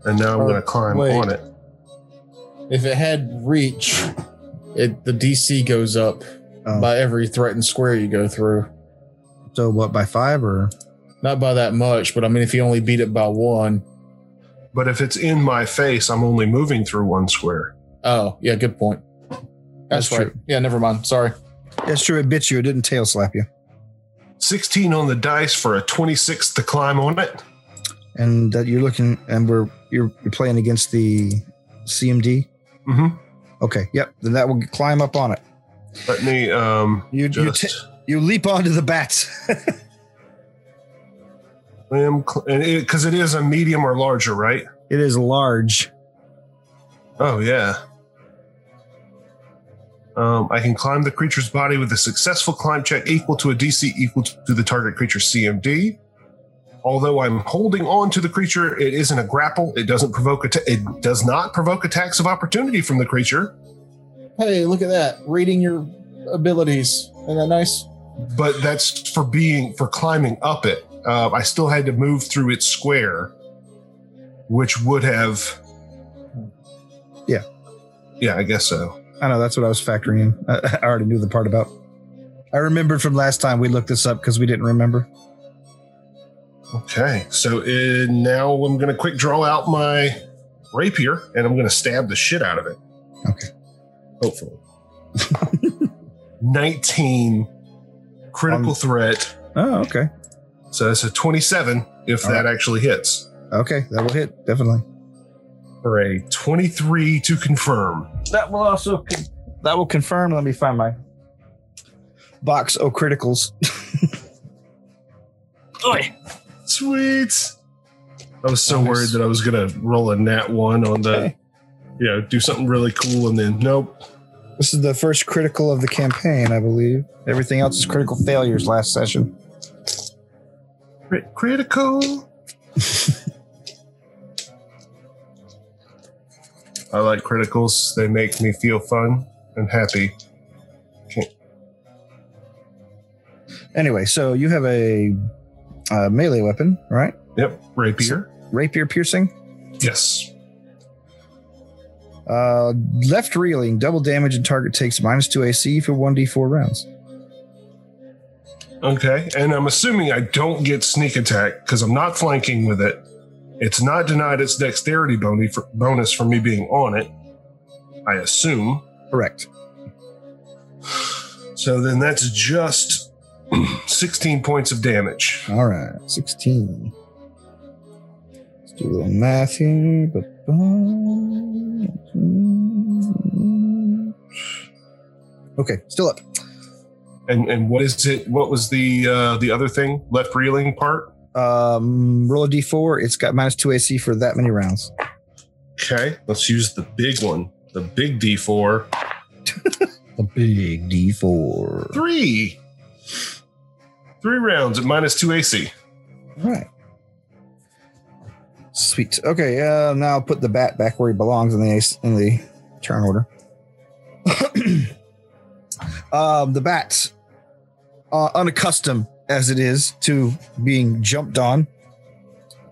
Speaker 3: and now I'm
Speaker 7: Oh,
Speaker 3: going to climb
Speaker 7: wait.
Speaker 3: on it.
Speaker 7: If it had reach, it the DC goes up
Speaker 1: Oh,
Speaker 7: by every threatened square you go through.
Speaker 1: so what by five or
Speaker 7: Not by that much, but I mean, if you only beat it by one,
Speaker 3: But if it's in my face, I'm only moving through one square.
Speaker 7: oh yeah, good point. That's,
Speaker 1: That's
Speaker 7: right. Yeah, never mind. Sorry.
Speaker 1: that's true. It bit you. It didn't tail slap you.
Speaker 3: 16 on the dice for a 26 to climb on it.
Speaker 1: And that you're looking and we're you're, you're playing against the CMD.
Speaker 3: Mm-hmm.
Speaker 1: Okay. Yep. Then that will climb up on it.
Speaker 3: Let me um,
Speaker 1: You you,
Speaker 3: just.
Speaker 1: t- you leap onto the bat.
Speaker 3: Because it is a medium or larger, right?
Speaker 1: it is large.
Speaker 3: Oh, yeah. Um, I can climb the creature's body with a successful climb check equal to a DC equal to the target creature's CMD. Although I'm holding on to the creature, it isn't a grapple. It doesn't provoke atta- it does not provoke attacks of opportunity from the creature.
Speaker 7: Hey, look at that! Reading your abilities. Isn't that nice?
Speaker 3: But that's for being for climbing up it. Uh, I still had to move through its square, which would have.
Speaker 1: Yeah.
Speaker 3: yeah, I guess so.
Speaker 1: I know that's what I was factoring in. I, I already knew the part about. I remembered from last time we looked this up because we didn't remember.
Speaker 3: Okay, so uh, now I'm going to quick draw out my rapier and I'm going to stab the shit out of it.
Speaker 1: Okay.
Speaker 3: Hopefully. 19 critical
Speaker 1: Um,
Speaker 3: threat.
Speaker 1: Oh, okay.
Speaker 3: So that's a 27 if
Speaker 1: All
Speaker 3: that actually hits
Speaker 1: Okay, that will hit definitely.
Speaker 3: for a 23 to confirm.
Speaker 1: That will also that will confirm. Let me find my box of criticals.
Speaker 3: Sweet. I was so
Speaker 7: Nice.
Speaker 3: worried that I was going to roll a nat one on the,
Speaker 1: Okay.
Speaker 3: you know, do something really cool and then nope.
Speaker 1: This is the first critical of the campaign, I believe. Everything else is critical failures last session.
Speaker 3: Crit- critical. I like criticals. They make me feel fun and happy.
Speaker 1: Anyway, so you have a uh, melee weapon, right?
Speaker 3: Yep. Rapier.
Speaker 1: Rapier piercing.
Speaker 3: Yes.
Speaker 1: Uh, left reeling, double damage, and target takes minus two AC for one d4 rounds.
Speaker 3: Okay. And I'm assuming I don't get sneak attack because I'm not flanking with it. It's not denied its dexterity bony for, bonus for me being on it. I assume.
Speaker 1: Correct.
Speaker 3: So then that's just 16 points of damage.
Speaker 1: All right, sixteen. Let's do a little math here. Ba-bum. Okay, still up.
Speaker 3: And and what is it? What was the uh, the other thing? Left reeling part.
Speaker 1: Um, roll a d4. It's got minus two AC for that many rounds.
Speaker 3: Okay, let's use the big one, the big D4.
Speaker 1: A big d4.
Speaker 3: Three. Three rounds at minus two AC.
Speaker 1: All right. Sweet. Okay, uh, now I'll put the bat back where he belongs in the ace, in the turn order. um, the bat, uh, unaccustomed as it is to being jumped on,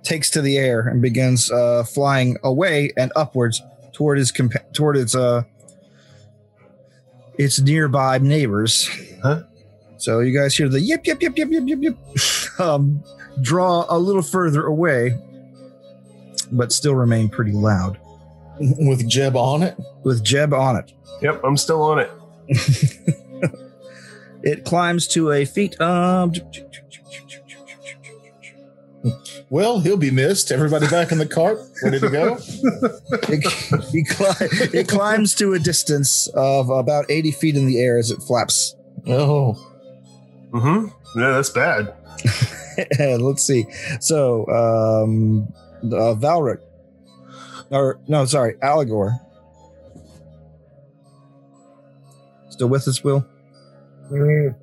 Speaker 1: takes to the air and begins uh, flying away and upwards toward his compa- toward its uh its nearby neighbors.
Speaker 3: Huh?
Speaker 1: So you guys hear the yip yip yip yip yip yip yip. um, draw a little further away, but still remain pretty loud
Speaker 7: With Jeb on it.
Speaker 1: with Jeb on it.
Speaker 3: Yep, I'm still on it.
Speaker 1: It climbs to a feet. Um,
Speaker 7: Well, he'll be missed. Everybody back in the cart, ready to go.
Speaker 1: it, it cli- it climbs to a distance of about 80 feet in the air as it flaps
Speaker 7: Oh,
Speaker 3: hmm Yeah, that's bad.
Speaker 1: Let's see. So, um, uh, Valric, or no, sorry, Allegor. Still with us, Will?
Speaker 6: Mm,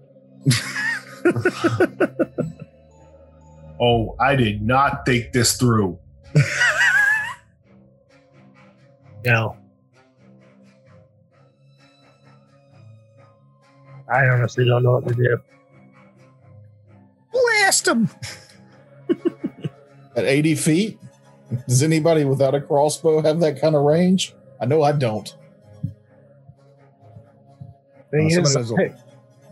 Speaker 3: Oh, I did not think this through.
Speaker 6: no. I honestly don't know what to do.
Speaker 1: Blast him!
Speaker 2: At 80 feet, does anybody without a crossbow have that kind of range? I know I don't.
Speaker 6: Thing
Speaker 2: Uh,
Speaker 6: is,
Speaker 2: somebody knows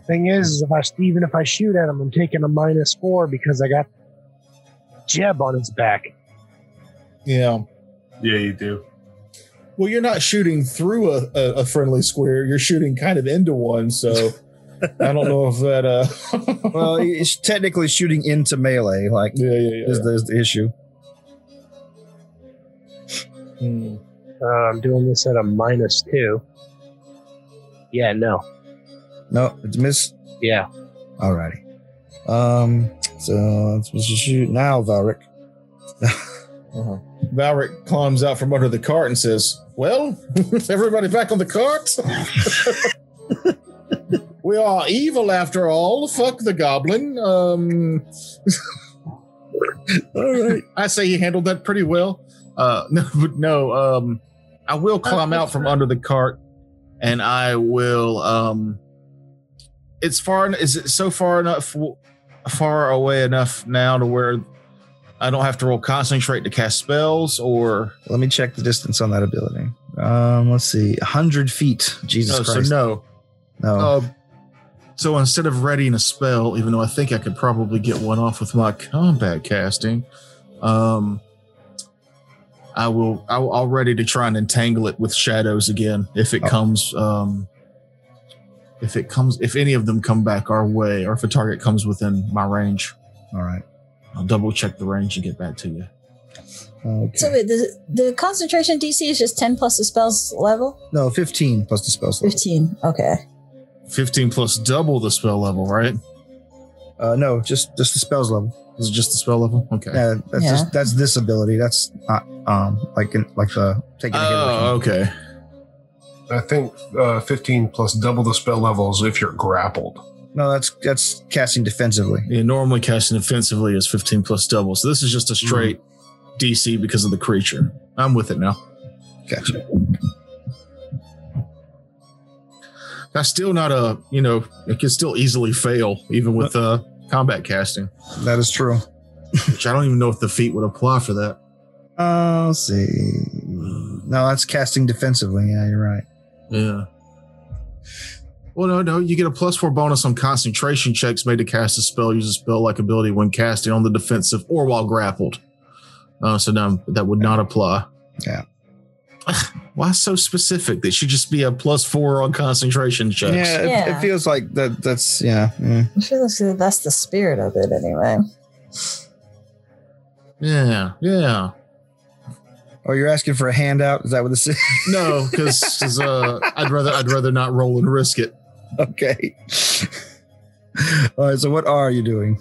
Speaker 6: thing is, is if I even if I shoot at him, I'm taking a minus four because I got Jeb on his back.
Speaker 2: Yeah.
Speaker 3: Yeah, you do.
Speaker 2: Well, you're not shooting through a, a, a friendly square. You're shooting kind of into one. So I don't know if that. Uh,
Speaker 1: Well, it's technically shooting into melee, like,
Speaker 2: yeah, yeah, yeah.
Speaker 1: is, the, is the issue.
Speaker 2: Hmm.
Speaker 6: Uh, I'm doing this at a minus two. Yeah, no.
Speaker 1: No, it's miss.
Speaker 6: Yeah.
Speaker 1: Alrighty. Um, so let's just shoot now, Valric.
Speaker 2: Uh-huh. Valric climbs out from under the cart and says, Well, everybody back on the cart? we are evil after all. Fuck the goblin. Um,
Speaker 1: All right.
Speaker 2: I say he handled that pretty well. Uh, no, but no. Um, I will climb out from under the cart, and I will. Um, it's far. Is it so far enough? Far away enough now to where I don't have to roll concentrate to cast spells, or
Speaker 1: Let me check the distance on that ability. Um, let's see, 100 feet. Jesus
Speaker 2: no. Oh, So
Speaker 1: Christ.
Speaker 2: no.
Speaker 1: no.
Speaker 2: Uh, so instead of readying a spell, even though I think I could probably get one off with my combat casting, um, I will. I will already to try and entangle it with shadows again if it
Speaker 1: Oh.
Speaker 2: comes. Um, if it comes, if any of them come back our way, or if a target comes within my range,
Speaker 1: All right.
Speaker 2: I'll double check the range and get back to you.
Speaker 1: Okay.
Speaker 4: So wait, the the concentration DC is just ten plus the spell's level.
Speaker 1: no, 15 plus the spell slot.
Speaker 4: Fifteen. Okay.
Speaker 2: Fifteen plus double the spell level, right?
Speaker 1: Uh, no, just just the spells level.
Speaker 2: Is it just the spell level? Okay.
Speaker 1: Yeah, that's
Speaker 4: Yeah.
Speaker 1: just that's this ability. That's not um like in, like the taking a hit.
Speaker 2: Oh, okay.
Speaker 3: I think uh, 15 plus double the spell levels if you're grappled.
Speaker 1: No, that's that's casting defensively.
Speaker 2: Yeah, normally casting offensively is 15 plus double. So this is just a straight DC because of the creature. I'm with it now.
Speaker 1: Gotcha.
Speaker 2: That's still not a, you know, it can still easily fail even with uh, combat casting,
Speaker 1: That is true.
Speaker 2: which I don't even know if the feat would apply for that.
Speaker 1: Uh, let's see. No, that's casting defensively. Yeah, you're right.
Speaker 2: Yeah. Well, no, no. You get a plus four bonus on concentration checks made to cast a spell, use a spell like ability when casting on the defensive or while grappled. Uh, so, no, that would not apply.
Speaker 1: Yeah.
Speaker 2: Why so specific? That should just be a plus four on concentration checks.
Speaker 1: Yeah, it,
Speaker 4: Yeah.
Speaker 1: it feels like that. That's yeah. mm.
Speaker 4: I feel like that's the spirit of it anyway.
Speaker 2: Yeah, yeah.
Speaker 1: Oh, you're asking for a handout? Is that what this is?
Speaker 2: No, because uh, I'd rather I'd rather not roll and risk it.
Speaker 1: okay. All right. So, what are you doing?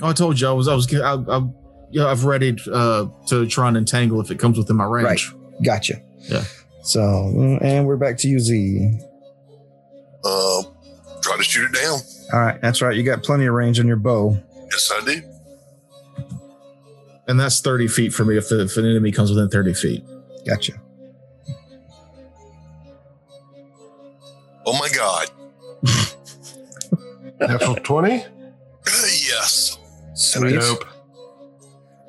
Speaker 2: Oh, I told you I was I was I, I, yeah I've readied uh, to try and entangle if it comes within my range.
Speaker 1: Gotcha.
Speaker 2: Yeah.
Speaker 1: So, mm, and we're back to you, Z.
Speaker 5: Uh, try to shoot it down.
Speaker 1: All right. That's right. You got plenty of range on your bow.
Speaker 5: Yes, I do.
Speaker 2: And that's thirty feet for me if, if an enemy comes within thirty feet.
Speaker 1: Gotcha.
Speaker 5: Oh my God.
Speaker 3: Natural 20?
Speaker 5: yes.
Speaker 1: Sweet.
Speaker 3: Nope.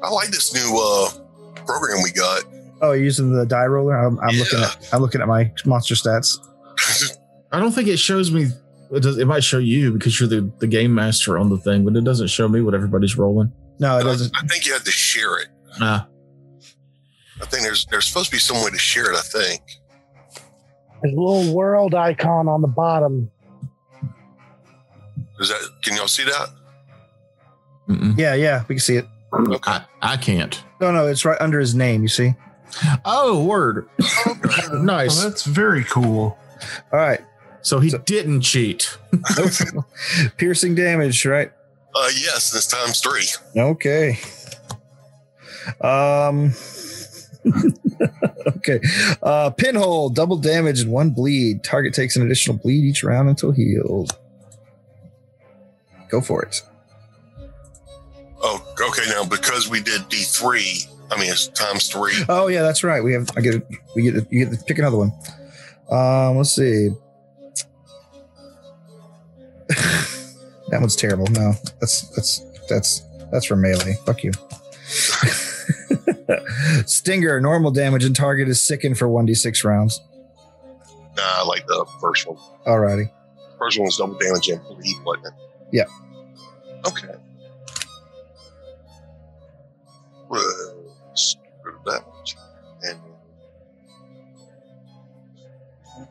Speaker 5: I like this new uh, program we got.
Speaker 1: Oh, you're using the die roller. I'm, I'm looking at. I'm looking at my monster stats.
Speaker 2: I don't think it shows me. It, does, it might show you because you're the, the game master on the thing, but it doesn't show me what everybody's rolling.
Speaker 1: No, it
Speaker 5: I,
Speaker 1: doesn't.
Speaker 5: I think you have to share it.
Speaker 2: Ah,
Speaker 5: I think there's there's supposed to be some way to share it. I think.
Speaker 6: There's a little world icon on the bottom.
Speaker 5: Is that? Can y'all see that?
Speaker 2: mm-mm.
Speaker 1: Yeah, yeah, we can see it.
Speaker 2: I, I can't.
Speaker 1: No, no, it's right under his name. You see.
Speaker 2: Oh, word! nice.
Speaker 3: Oh, that's very cool.
Speaker 1: All right.
Speaker 2: So he
Speaker 1: So-
Speaker 2: didn't cheat.
Speaker 1: Nope. Piercing damage, right?
Speaker 5: Uh, yes, this time's three.
Speaker 1: Okay. Um. okay. Uh, pinhole, double damage and one bleed. Target takes an additional bleed each round until healed. Go for it.
Speaker 5: Oh, okay. Now because we did D three, I mean it's times three.
Speaker 1: Oh yeah, that's right. We have. I get. We get. You get to pick another one. Um. Let's see. that one's terrible. No, that's that's that's that's for melee. Fuck you. Stinger, normal damage and target is sickened for one d six rounds.
Speaker 5: Nah, I like the first one.
Speaker 1: Alrighty.
Speaker 5: First one was double damage and bleed, wasn't it?
Speaker 1: Yeah.
Speaker 5: Okay. Well, let's get rid of that one,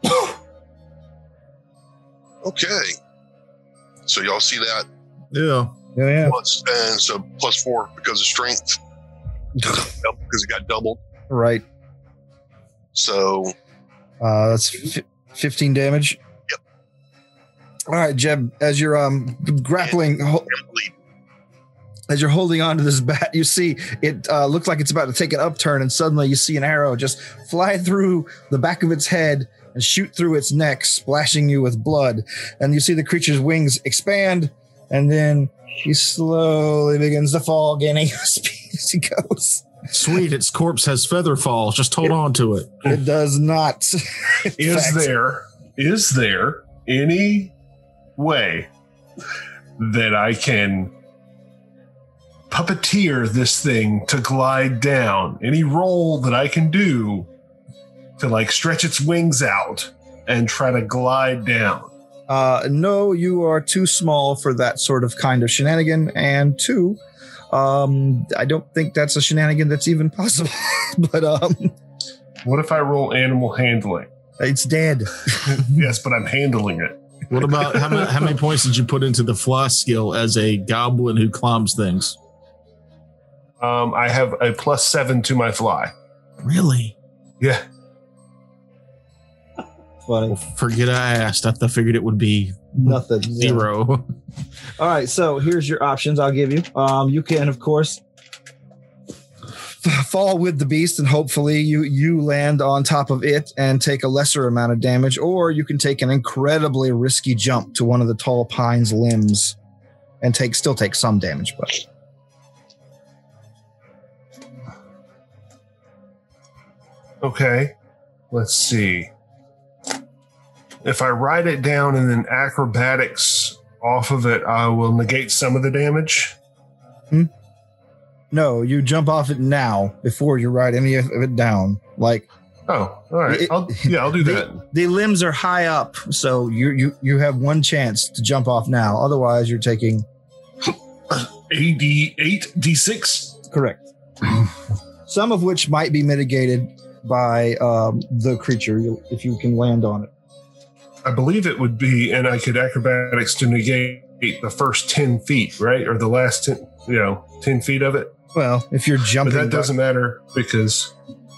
Speaker 5: too. And okay. So y'all see that
Speaker 2: Yeah.
Speaker 1: Yeah, yeah.
Speaker 5: plus and so plus four because of strength because it got doubled.
Speaker 1: Right.
Speaker 5: So
Speaker 1: Uh, that's f- fifteen damage. Yep. All right, Jeb. As you're um grappling, ho-
Speaker 5: and bleed.
Speaker 1: as you're holding on to this bat, you see it uh, looks like it's about to take an upturn, and suddenly you see an arrow just fly through the back of its head and shoot through its neck, splashing you with blood. And you see the creature's wings expand, and then he slowly begins to fall, gaining speed as he goes.
Speaker 2: Sweet, its corpse has feather falls. Just hold on to it.
Speaker 1: It does not.
Speaker 3: Is
Speaker 1: Facts.
Speaker 3: there is there any way that I can puppeteer this thing to glide down? Any roll that I can do to like stretch its wings out and try to glide down?
Speaker 1: Uh, no, you are too small for that sort of kind of shenanigan. And two, um, I don't think that's a shenanigan that's even possible. but um,
Speaker 3: What if I roll animal handling?
Speaker 1: it's dead.
Speaker 3: Yes, but I'm handling it.
Speaker 2: What about how many, how many points did you put into the fly skill as a goblin who climbs things?
Speaker 3: Um, I have a plus seven to my fly.
Speaker 2: Really?
Speaker 3: Yeah.
Speaker 1: Funny.
Speaker 2: Oh, Forget I asked. I th- figured it would be
Speaker 1: Nothing. Yeah.
Speaker 2: zero.
Speaker 1: All right, so here's your options I'll give you. Um, you can, of course, f- fall with the beast, and hopefully you you land on top of it and take a lesser amount of damage, or you can take an incredibly risky jump to one of the tall pine's limbs and take still take some damage, but
Speaker 3: Okay. Let's see. If I ride it down and then acrobatics off of it, I will negate some of the damage.
Speaker 1: no, you jump off it now before you ride any of it down. Like
Speaker 3: Oh, all right.
Speaker 1: It-
Speaker 3: I'll, yeah, I'll do
Speaker 1: the-
Speaker 3: that.
Speaker 1: the limbs are high up, so you you you have one chance to jump off now. Otherwise, you're taking
Speaker 3: AD8, D6.
Speaker 1: Correct. Some of which might be mitigated by um, the creature you- if you can land on it.
Speaker 3: I believe it would be, and I could acrobatics to negate the first 10 feet, right? Or the last 10, you know, 10 feet of it.
Speaker 1: Well, if you're
Speaker 3: But
Speaker 1: jumping,
Speaker 3: that doesn't matter because,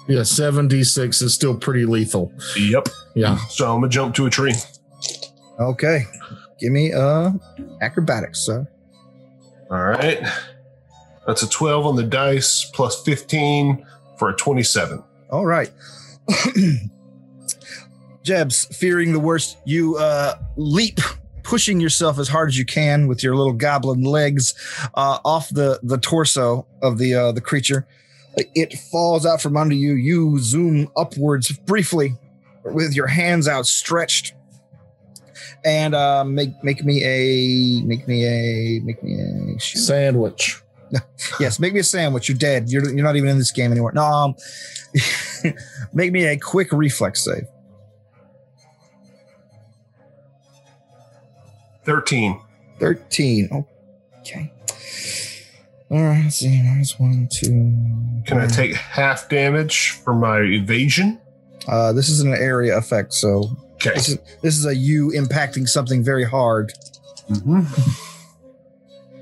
Speaker 2: Yeah, seventy six is still pretty lethal.
Speaker 3: yep.
Speaker 2: Yeah.
Speaker 3: So I'm going to jump to a tree.
Speaker 1: Okay, give me uh acrobatics, sir.
Speaker 3: All right. That's a 12 on the dice plus 15 for a 27.
Speaker 1: All right. Jebs, fearing the worst, you uh, leap, pushing yourself as hard as you can with your little goblin legs uh, off the, the torso of the uh, the creature. It falls out from under you. You zoom upwards briefly with your hands outstretched, and uh, make make me a make me a make me a shoot.
Speaker 2: Sandwich.
Speaker 1: Yes, make me a sandwich. You're dead. You're, you're not even in this game anymore. No, um, make me a quick reflex save.
Speaker 3: 13.
Speaker 1: 13. Okay. All right, let's see. Minus one, two.
Speaker 3: Can
Speaker 1: Mm-hmm.
Speaker 3: I take half damage for my evasion?
Speaker 1: Uh, this is an area effect, so
Speaker 3: Okay.
Speaker 1: this is, this is a you impacting something very hard.
Speaker 3: Mhm.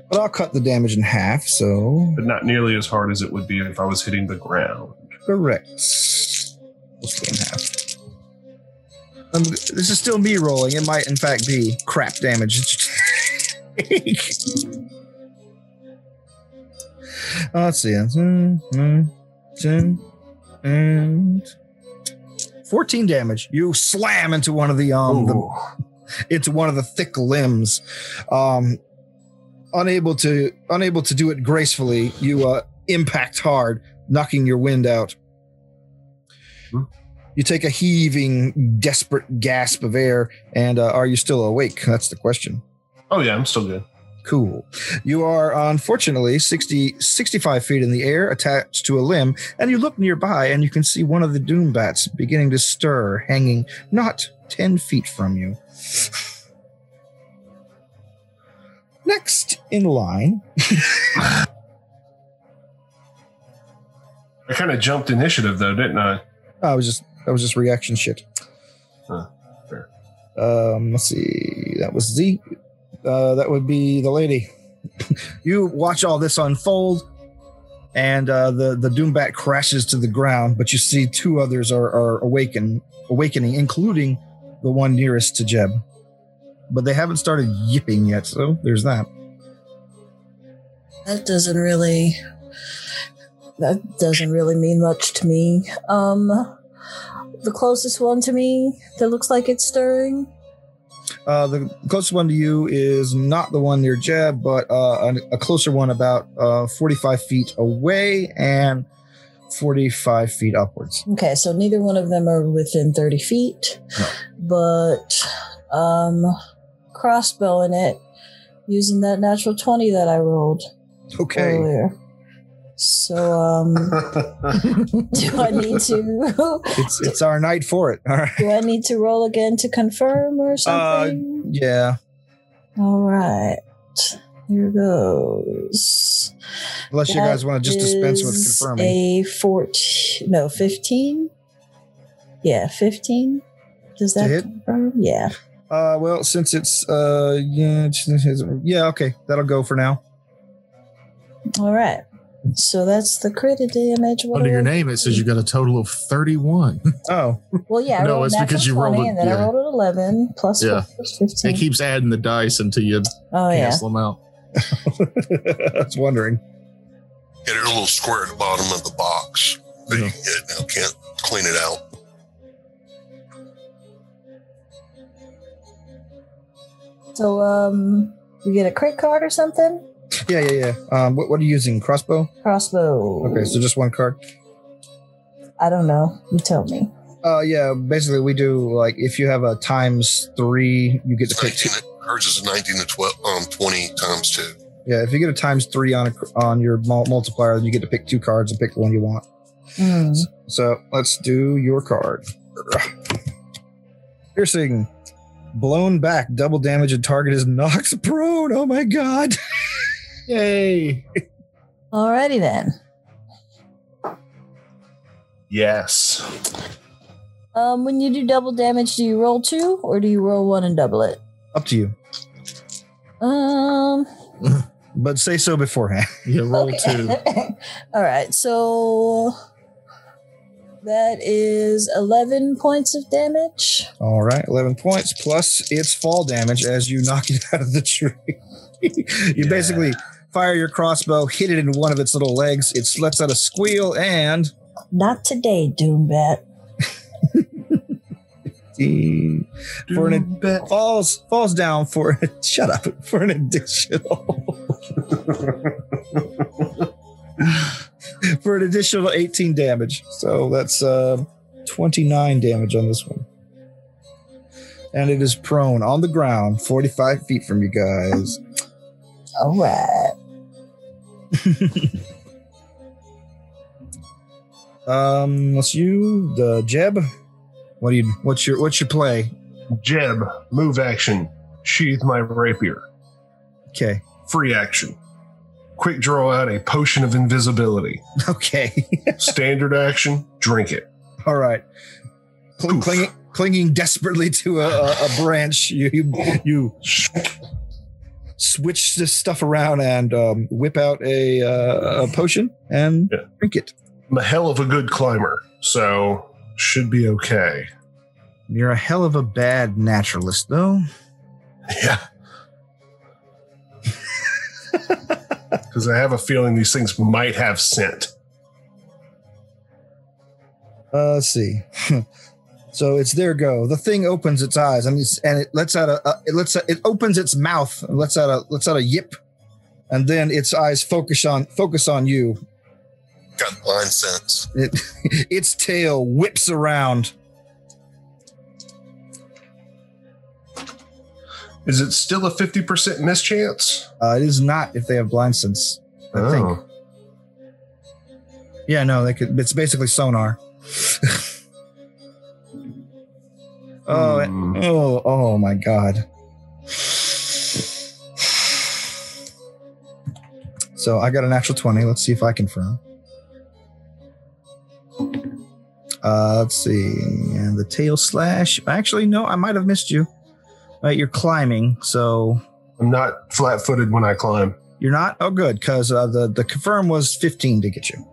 Speaker 1: But I'll cut the damage in half, so.
Speaker 3: But not nearly as hard as it would be if I was hitting the ground.
Speaker 1: Correct. Let's go in half. Um, this is still me rolling. It might, in fact, be crap damage. that you take. Uh, let's see. That's, mm, mm, 10, and 14 damage. You slam into one of the um the,
Speaker 3: Ooh.
Speaker 1: into one of the thick limbs. Um, unable to unable to do it gracefully, you uh, impact hard, knocking your wind out.
Speaker 3: Hmm.
Speaker 1: You take a heaving, desperate gasp of air, and uh, are you still awake? That's the question.
Speaker 3: Oh yeah, I'm still good.
Speaker 1: Cool. You are uh, unfortunately 60, 65 feet in the air, attached to a limb, and you look nearby and you can see one of the doom bats beginning to stir, hanging not 10 feet from you. Next in line,
Speaker 3: I kind of jumped initiative though, didn't I?
Speaker 1: I Oh, was just that was just reaction shit.
Speaker 3: Huh, fair.
Speaker 1: Um, let's see. That was Z. Uh, that would be the lady. you watch all this unfold, and uh, the the Doombat crashes to the ground. But you see two others are are awaken awakening, including the one nearest to Jeb. But they haven't started yipping yet, so there's that.
Speaker 4: That doesn't really that doesn't really mean much to me. Um the closest one to me that looks like it's stirring.
Speaker 1: Uh, the closest one to you is not the one near Jeb, but uh, an, a closer one about uh, 45 feet away and 45 feet upwards.
Speaker 4: Okay, so neither one of them are within 30 feet. But um crossbowing it using that natural 20 that I rolled
Speaker 1: Okay.
Speaker 4: earlier. So um do I need to
Speaker 1: It's, it's our night for it. All right.
Speaker 4: do I need to roll again to confirm or something?
Speaker 1: Yeah.
Speaker 4: All right. Here goes.
Speaker 1: Unless you guys
Speaker 4: That
Speaker 1: want to just dispense with
Speaker 4: is
Speaker 1: confirming.
Speaker 4: A 14, no, 15. Yeah, 15. Does that
Speaker 1: To hit?
Speaker 4: confirm? Yeah.
Speaker 1: Uh, well, since it's uh, yeah, yeah, okay, that'll go for now.
Speaker 4: All right. So that's the credit damage. What
Speaker 2: Under
Speaker 4: do
Speaker 2: your
Speaker 4: I-
Speaker 2: name, it says you got a total of 31.
Speaker 1: Oh,
Speaker 4: Well, yeah. I
Speaker 2: No,
Speaker 4: rolled
Speaker 2: it's
Speaker 4: natural
Speaker 2: because you rolled
Speaker 4: 20
Speaker 2: a-
Speaker 4: and then I
Speaker 2: yeah.
Speaker 4: rolled an 11 plus
Speaker 2: Yeah.
Speaker 4: four is 15.
Speaker 2: It keeps adding the dice until you
Speaker 4: oh, yeah.
Speaker 2: cancel them out.
Speaker 1: I was wondering.
Speaker 5: Yeah, there's a little square at the bottom of the box that you can get now. Can't clean it out.
Speaker 4: So, um, we get a credit card or something?
Speaker 1: Yeah, yeah, yeah. Um, what, what are you using? Crossbow.
Speaker 4: Crossbow.
Speaker 1: Okay, so just one card.
Speaker 4: I don't know. You tell me.
Speaker 1: Uh, yeah. Basically, we do like if you have a times three, you get to pick two.
Speaker 5: 19, hers is 19 to 12, um, 20 times two.
Speaker 1: Yeah, if you get a times three on a, on your mul- multiplier, then you get to pick two cards and pick the one you want.
Speaker 4: Hmm.
Speaker 1: So let's do your card. Piercing, blown back, double damage, and target is knocked prone. Oh my god!
Speaker 2: Yay.
Speaker 4: Alrighty then.
Speaker 3: yes.
Speaker 4: Um, when you do double damage, do you roll two or do you roll one and double it?
Speaker 1: Up to you,
Speaker 4: Um,
Speaker 1: but say so beforehand.
Speaker 2: Yeah, roll two.
Speaker 4: okay. All right, so that is 11 points of damage.
Speaker 1: All right, eleven points plus its fall damage as you knock it out of the tree. you basically fire your crossbow, hit it in one of its little legs. It lets out a squeal and
Speaker 4: Not today, Doombat.
Speaker 1: for an falls falls down for shut up for an additional for an additional 18 damage. So that's uh, 29 damage on this one. And it is prone on the ground, 45 feet from you guys.
Speaker 4: All right.
Speaker 1: Um, that's you, the Jeb. What do you? What's your? What's your play?
Speaker 3: Jeb, move action. Sheath my rapier.
Speaker 1: Okay.
Speaker 3: Free action. Quick draw out a potion of invisibility.
Speaker 1: Okay.
Speaker 3: Standard action. Drink it.
Speaker 1: All right. Cl-
Speaker 3: Oof.
Speaker 1: clinging, clinging desperately to a, a, a branch, you, you you switch this stuff around and um, whip out a, uh, a potion and
Speaker 3: Yeah.
Speaker 1: drink it.
Speaker 3: I'm a hell of a good climber, so should be okay.
Speaker 1: You're a hell of a bad naturalist, though.
Speaker 3: Yeah. Because I have a feeling these things might have scent.
Speaker 1: Uh, let's see. so it's their go. The thing opens its eyes and it's, and it lets out a, a it lets out, it opens its mouth and lets out a lets out a yip, and then its eyes focus on focus on you.
Speaker 5: Got blind sense.
Speaker 1: It, its tail whips around.
Speaker 3: Is it still a 50% mischance?
Speaker 1: Uh, it is not if they have blind sense. I
Speaker 3: Oh.
Speaker 1: think. Yeah, no, they could. It's basically sonar. oh, it-
Speaker 3: Hmm.
Speaker 1: oh, oh my god. So I got a natural 20. Let's see if I confirm. Uh, let's see. And the tail slash. Actually, no, I might have missed you. All right, you're climbing, so
Speaker 3: I'm not flat footed when I climb.
Speaker 1: you're not. Oh, good, because uh, the the confirm was 15 to get you.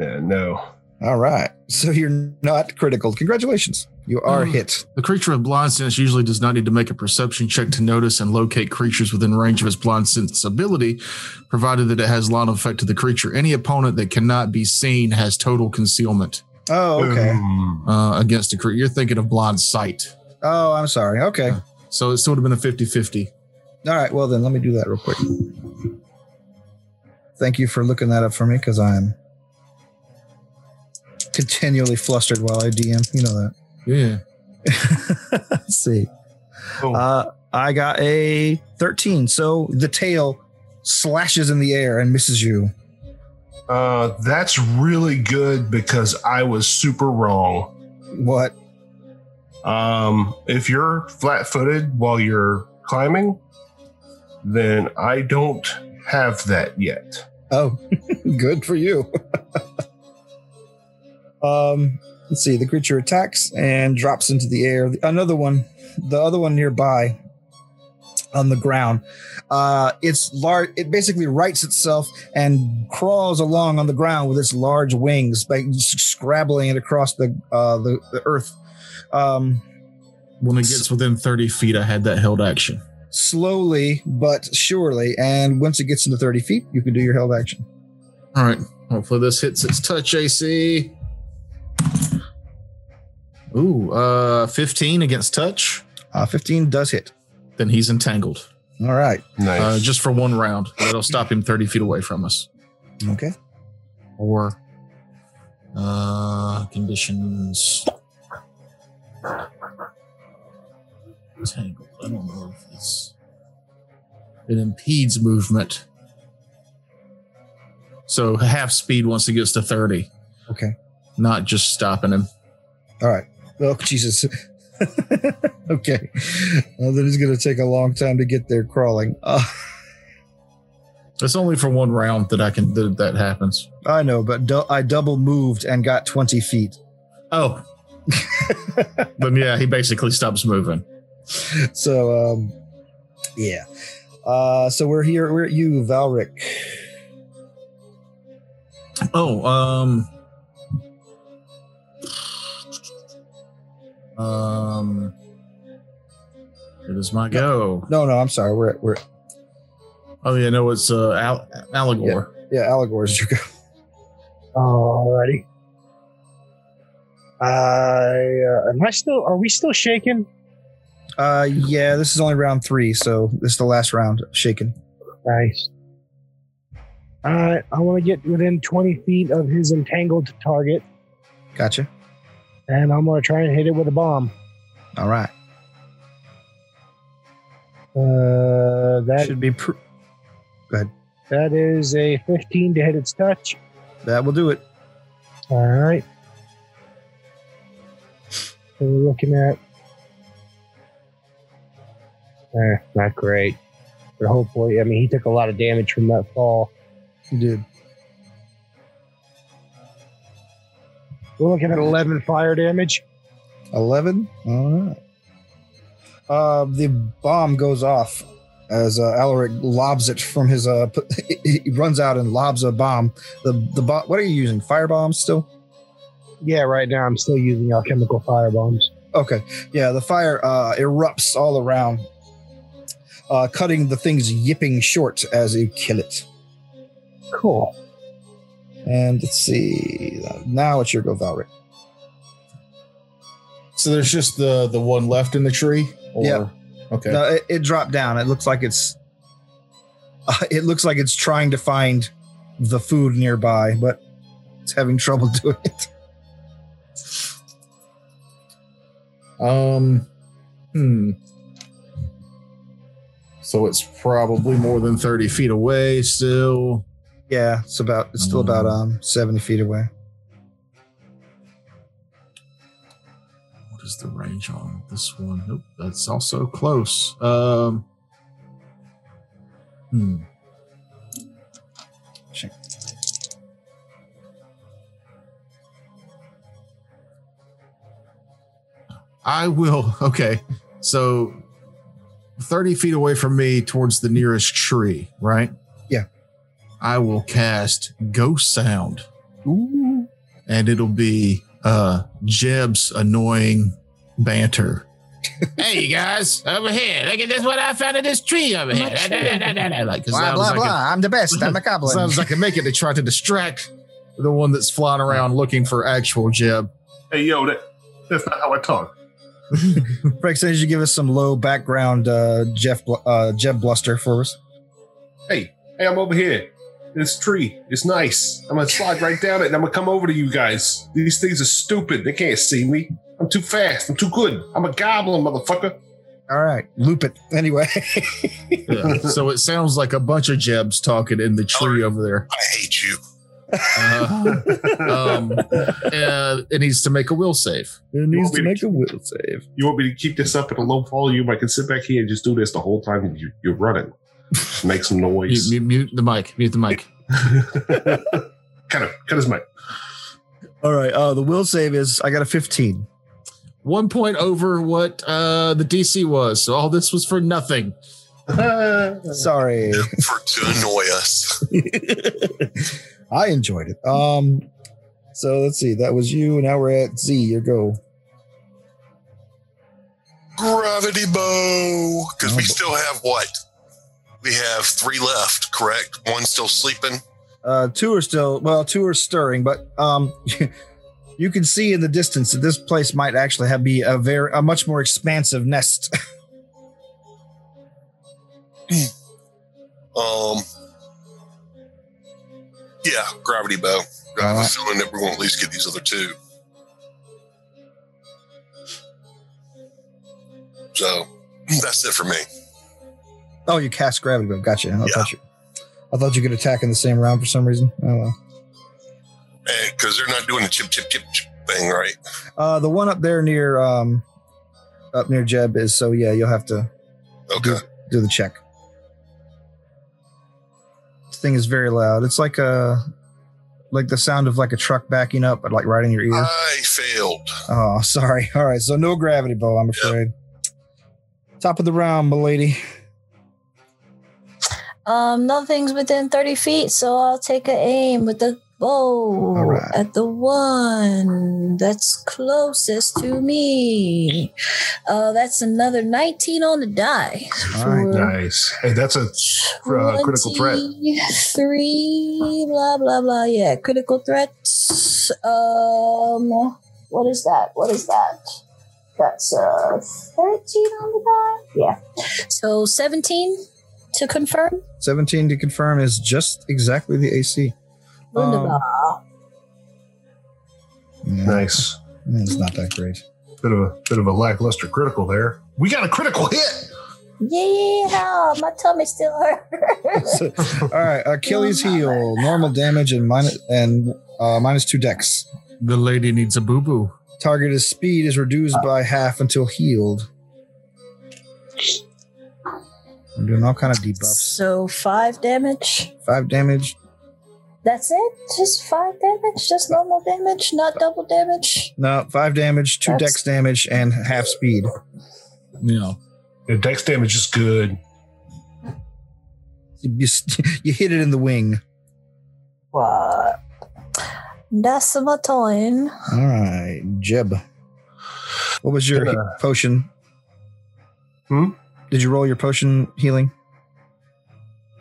Speaker 3: Yeah, no.
Speaker 1: All right. So you're not critical. Congratulations. You are
Speaker 2: Mm.
Speaker 1: hit.
Speaker 2: The creature with blind sense usually does not need to make a perception check to notice and locate creatures within range of its blind sense ability, provided that it has line of effect to the creature. Any opponent that cannot be seen has total concealment
Speaker 1: Oh, okay.
Speaker 3: Hmm.
Speaker 2: uh, against a creature. You're thinking of blind sight.
Speaker 1: Oh, I'm sorry. Okay. All
Speaker 2: So it still would have been a 50 50.
Speaker 1: right. Well, then let me do that real quick. Thank you for looking that up for me because I'm continually flustered while I DM. You know
Speaker 2: Yeah.
Speaker 1: that. Let's see.
Speaker 3: Oh.
Speaker 1: Uh, I got a 13. So the tail slashes in the air and misses you.
Speaker 3: Uh, that's really good because I was super wrong.
Speaker 1: What?
Speaker 3: Um, if you're flat footed while you're climbing, then I don't have that yet.
Speaker 1: Oh, good for you. um, let's see. The creature attacks and drops into the air. The- Another one, the other one nearby on the ground. Uh, it's large. It basically rights itself and crawls along on the ground with its large wings, like s- scrabbling it across the uh, the, the earth. Um,
Speaker 2: When it gets within 30 feet, I had that held action.
Speaker 1: slowly but surely, and once it gets into thirty feet, you can do your held action.
Speaker 2: All right. Hopefully this hits its touch AC. Ooh, uh, 15 against touch.
Speaker 1: Uh, Fifteen does hit.
Speaker 2: Then he's entangled.
Speaker 1: All right.
Speaker 3: Nice.
Speaker 2: uh, just for one round. That'll stop him 30 feet away from us.
Speaker 1: Okay.
Speaker 2: Or uh, conditions. Tangled. I don't know if it's. It impedes movement. So half speed once he gets to 30,
Speaker 1: Okay.
Speaker 2: not just stopping him.
Speaker 1: All right. Oh, Jesus. okay. Well, then it's going to take a long time to get there crawling. Uh,
Speaker 2: It's only for one round that I can that, that happens.
Speaker 1: I know, but dou- I double moved and got 20 feet.
Speaker 2: Oh. but yeah, he basically stops moving.
Speaker 1: So, um, yeah. Uh, so we're here. We're at you, Valric.
Speaker 2: Oh, um, um, it is my go.
Speaker 1: No, no, I'm sorry. We're at, we're at,
Speaker 2: Oh yeah, no, it's uh, Al- Allegor.
Speaker 1: yeah, Allegor's your go.
Speaker 6: Alrighty. I, Uh, am I still? Are we still shaking?
Speaker 1: Uh, yeah, this is only round three, so this is the last round. of Shaken.
Speaker 6: Nice. Uh, I want to get within 20 feet of his entangled target,
Speaker 1: Gotcha.
Speaker 6: and I'm going to try and hit it with a bomb.
Speaker 1: All right.
Speaker 6: Uh, that
Speaker 1: Should be. Pr-
Speaker 6: that is a 15 to hit its touch.
Speaker 1: that will do it.
Speaker 6: All right. So we're looking at. Eh, not great. But hopefully, I mean, he took a lot of damage from that fall.
Speaker 1: You did.
Speaker 6: We're looking at 11 fire damage.
Speaker 1: 11 all right uh, the bomb goes off as uh, Alaric lobs it from his uh p- he runs out and lobs a bomb the the bo- what are you using fire bombs still
Speaker 6: Yeah, right now I'm still using alchemical firebombs.
Speaker 1: Okay. Yeah, the fire uh, erupts all around, uh, cutting the thing's yipping short as you kill it.
Speaker 6: Cool.
Speaker 1: And let's see. Now it's your go, Valric.
Speaker 2: So there's just the the one left in the tree. Or,
Speaker 1: Yeah.
Speaker 2: Okay.
Speaker 1: No, it, it dropped down. It looks like it's. Uh, it looks like it's trying to find the food nearby, but it's having trouble doing it.
Speaker 2: Um. Hmm. So it's probably more than thirty feet away still.
Speaker 1: Yeah, it's about. It's still about um seventy feet away.
Speaker 2: What is the range on this one? Nope, that's also close. Um. Hmm.
Speaker 1: Check.
Speaker 2: I will. Okay. So 30 feet away from me towards the nearest tree, right?
Speaker 1: Yeah.
Speaker 2: I will cast Ghost Sound. And it'll be uh Jeb's annoying banter. hey, you guys, over here. Look at this what I found in this tree over here. like, 'cause
Speaker 1: Blah blah
Speaker 2: I was like a-
Speaker 1: blah. i I'm the best. I'm a goblin.
Speaker 2: Sounds like I can make it to try to distract the one that's flying around looking for actual Jeb.
Speaker 3: Hey, yo, that, that's not how I talk.
Speaker 1: Break says you give us some low background uh, Jeff Bl- uh, Jeb bluster for us.
Speaker 3: Hey, hey, I'm over here. This tree It's nice. I'm gonna slide right down it, and I'm gonna come over to you guys. These things are stupid. They can't see me. I'm too fast. I'm too good. I'm a goblin, motherfucker.
Speaker 1: All right, loop it anyway.
Speaker 2: so it sounds like a bunch of Jebs talking in the tree over there.
Speaker 5: I hate you.
Speaker 2: Uh, um, uh, it needs to make a will save.
Speaker 1: It
Speaker 3: needs to make
Speaker 1: a will save.
Speaker 3: You want me to keep this up at a low volume? I can sit back here and just do this the whole time you, you're running. Make some
Speaker 2: Mute,
Speaker 3: noise.
Speaker 2: mute, mute the mic. Mute the mic.
Speaker 3: kind of, cut his mic.
Speaker 1: All right, uh, the will save is I got a fifteen.
Speaker 2: One point over what uh, the DC was. So all this was for nothing.
Speaker 1: Sorry.
Speaker 5: For to annoy us.
Speaker 1: I enjoyed it. Um, so let's see. That was you. Now we're at Z. Your go.
Speaker 5: Gravity bow. Because
Speaker 1: Oh,
Speaker 5: we
Speaker 1: boy.
Speaker 5: still have what? We have three left, correct? One's still sleeping.
Speaker 1: Uh, two are still well. Two are stirring, but um, you can see in the distance that this place might actually have be a very a much more expansive nest.
Speaker 5: Um. Yeah, gravity bow. I have a feeling that we're going to at least get these other two. So that's it for me.
Speaker 1: oh, you cast gravity bow. Gotcha. I
Speaker 5: Yeah.
Speaker 1: thought you. I thought you could attack in the same round for some reason. Oh well.
Speaker 5: Because they're not doing the chip, chip, chip, chip thing, right?
Speaker 1: Uh, the one up there near um, up near Jeb is so yeah. You'll have to
Speaker 5: Okay.
Speaker 1: do the check. This thing is very loud. It's like a like the sound of like a truck backing up, but like right in your ear.
Speaker 5: I failed.
Speaker 1: oh, sorry. All right, so no gravity bow, I'm afraid. Top of the round, milady.
Speaker 4: Um, nothing's within 30 feet, so I'll take a aim with the bow
Speaker 1: All right.
Speaker 4: at the one that's closest to me. Uh, that's another 19 on the die.
Speaker 1: All right,
Speaker 3: Nice. Hey, that's a For, uh, critical threat.
Speaker 4: 23, blah, blah, blah. Yeah, critical threat. Um, what is that? What is that? That's uh, 13 on the die. Yeah. So 17 to confirm.
Speaker 1: 17 to confirm is just exactly the AC.
Speaker 4: Wunderbar.
Speaker 1: Yeah,
Speaker 3: Nice.
Speaker 1: Mm, it's not that great.
Speaker 3: Bit of a bit of a lackluster critical there. We got a critical hit.
Speaker 4: Yeah, my tummy still hurts.
Speaker 1: So- all right, Achilles heel, normal damage and minus and uh, minus two decks.
Speaker 2: The lady needs a boo boo.
Speaker 1: Target's speed is reduced by half until healed. I'm doing all kind of debuffs.
Speaker 4: so five damage.
Speaker 1: Five damage.
Speaker 4: That's it? Just five damage? Just normal damage, not double damage?
Speaker 1: No, five damage, two
Speaker 4: That's-
Speaker 1: dex damage, and half speed.
Speaker 2: You know,
Speaker 3: Yeah, dex damage is good.
Speaker 1: You, you, you hit it in the wing.
Speaker 4: What? That's my time.
Speaker 1: All right, Jeb. What was your
Speaker 3: Yeah.
Speaker 1: he- potion?
Speaker 3: uh, Hmm?
Speaker 1: Did you roll your potion healing?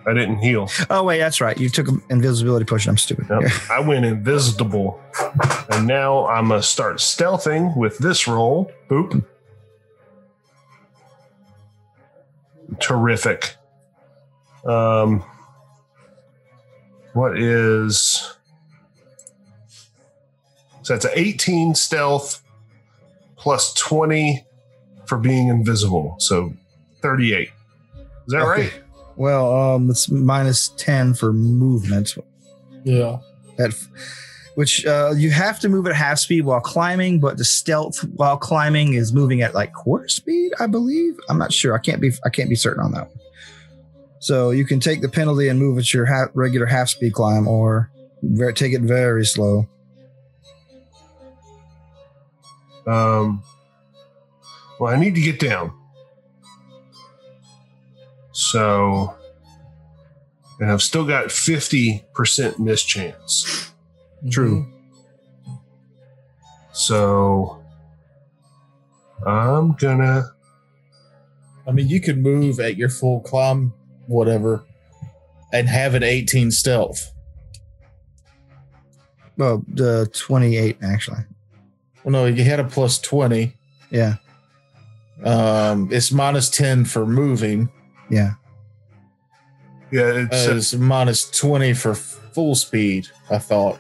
Speaker 3: I didn't heal.
Speaker 1: Oh wait, that's right. You took an invisibility potion. I'm stupid.
Speaker 3: Yep. I went invisible. And now I'm going to start stealthing with this roll. Boop. Terrific. Um, what is. So that's an 18 stealth plus 20 for being invisible. So 38. Is that
Speaker 1: Okay.
Speaker 3: right?
Speaker 1: Well, um, it's minus ten for movement.
Speaker 2: Yeah.
Speaker 1: At, which uh, you have to move at half speed while climbing, but the stealth while climbing is moving at like quarter speed, I believe. I'm not sure. I can't be. I can't be certain on that. One. So you can take the penalty and move at your ha- regular half speed climb, or ver- take it very slow.
Speaker 3: Um, well, I need to get down. So, and I've still got 50% miss chance.
Speaker 1: True.
Speaker 3: So, I'm gonna,
Speaker 2: I mean, you could move at your full climb, whatever, and have an 18 stealth.
Speaker 1: Well, Oh, the twenty-eight actually.
Speaker 2: Well, no, you had a plus 20.
Speaker 1: Yeah,
Speaker 2: Um, it's minus 10 for moving.
Speaker 1: yeah.
Speaker 3: yeah,
Speaker 2: Uh,
Speaker 3: it's, uh,
Speaker 2: it's minus 20 for full speed, I thought.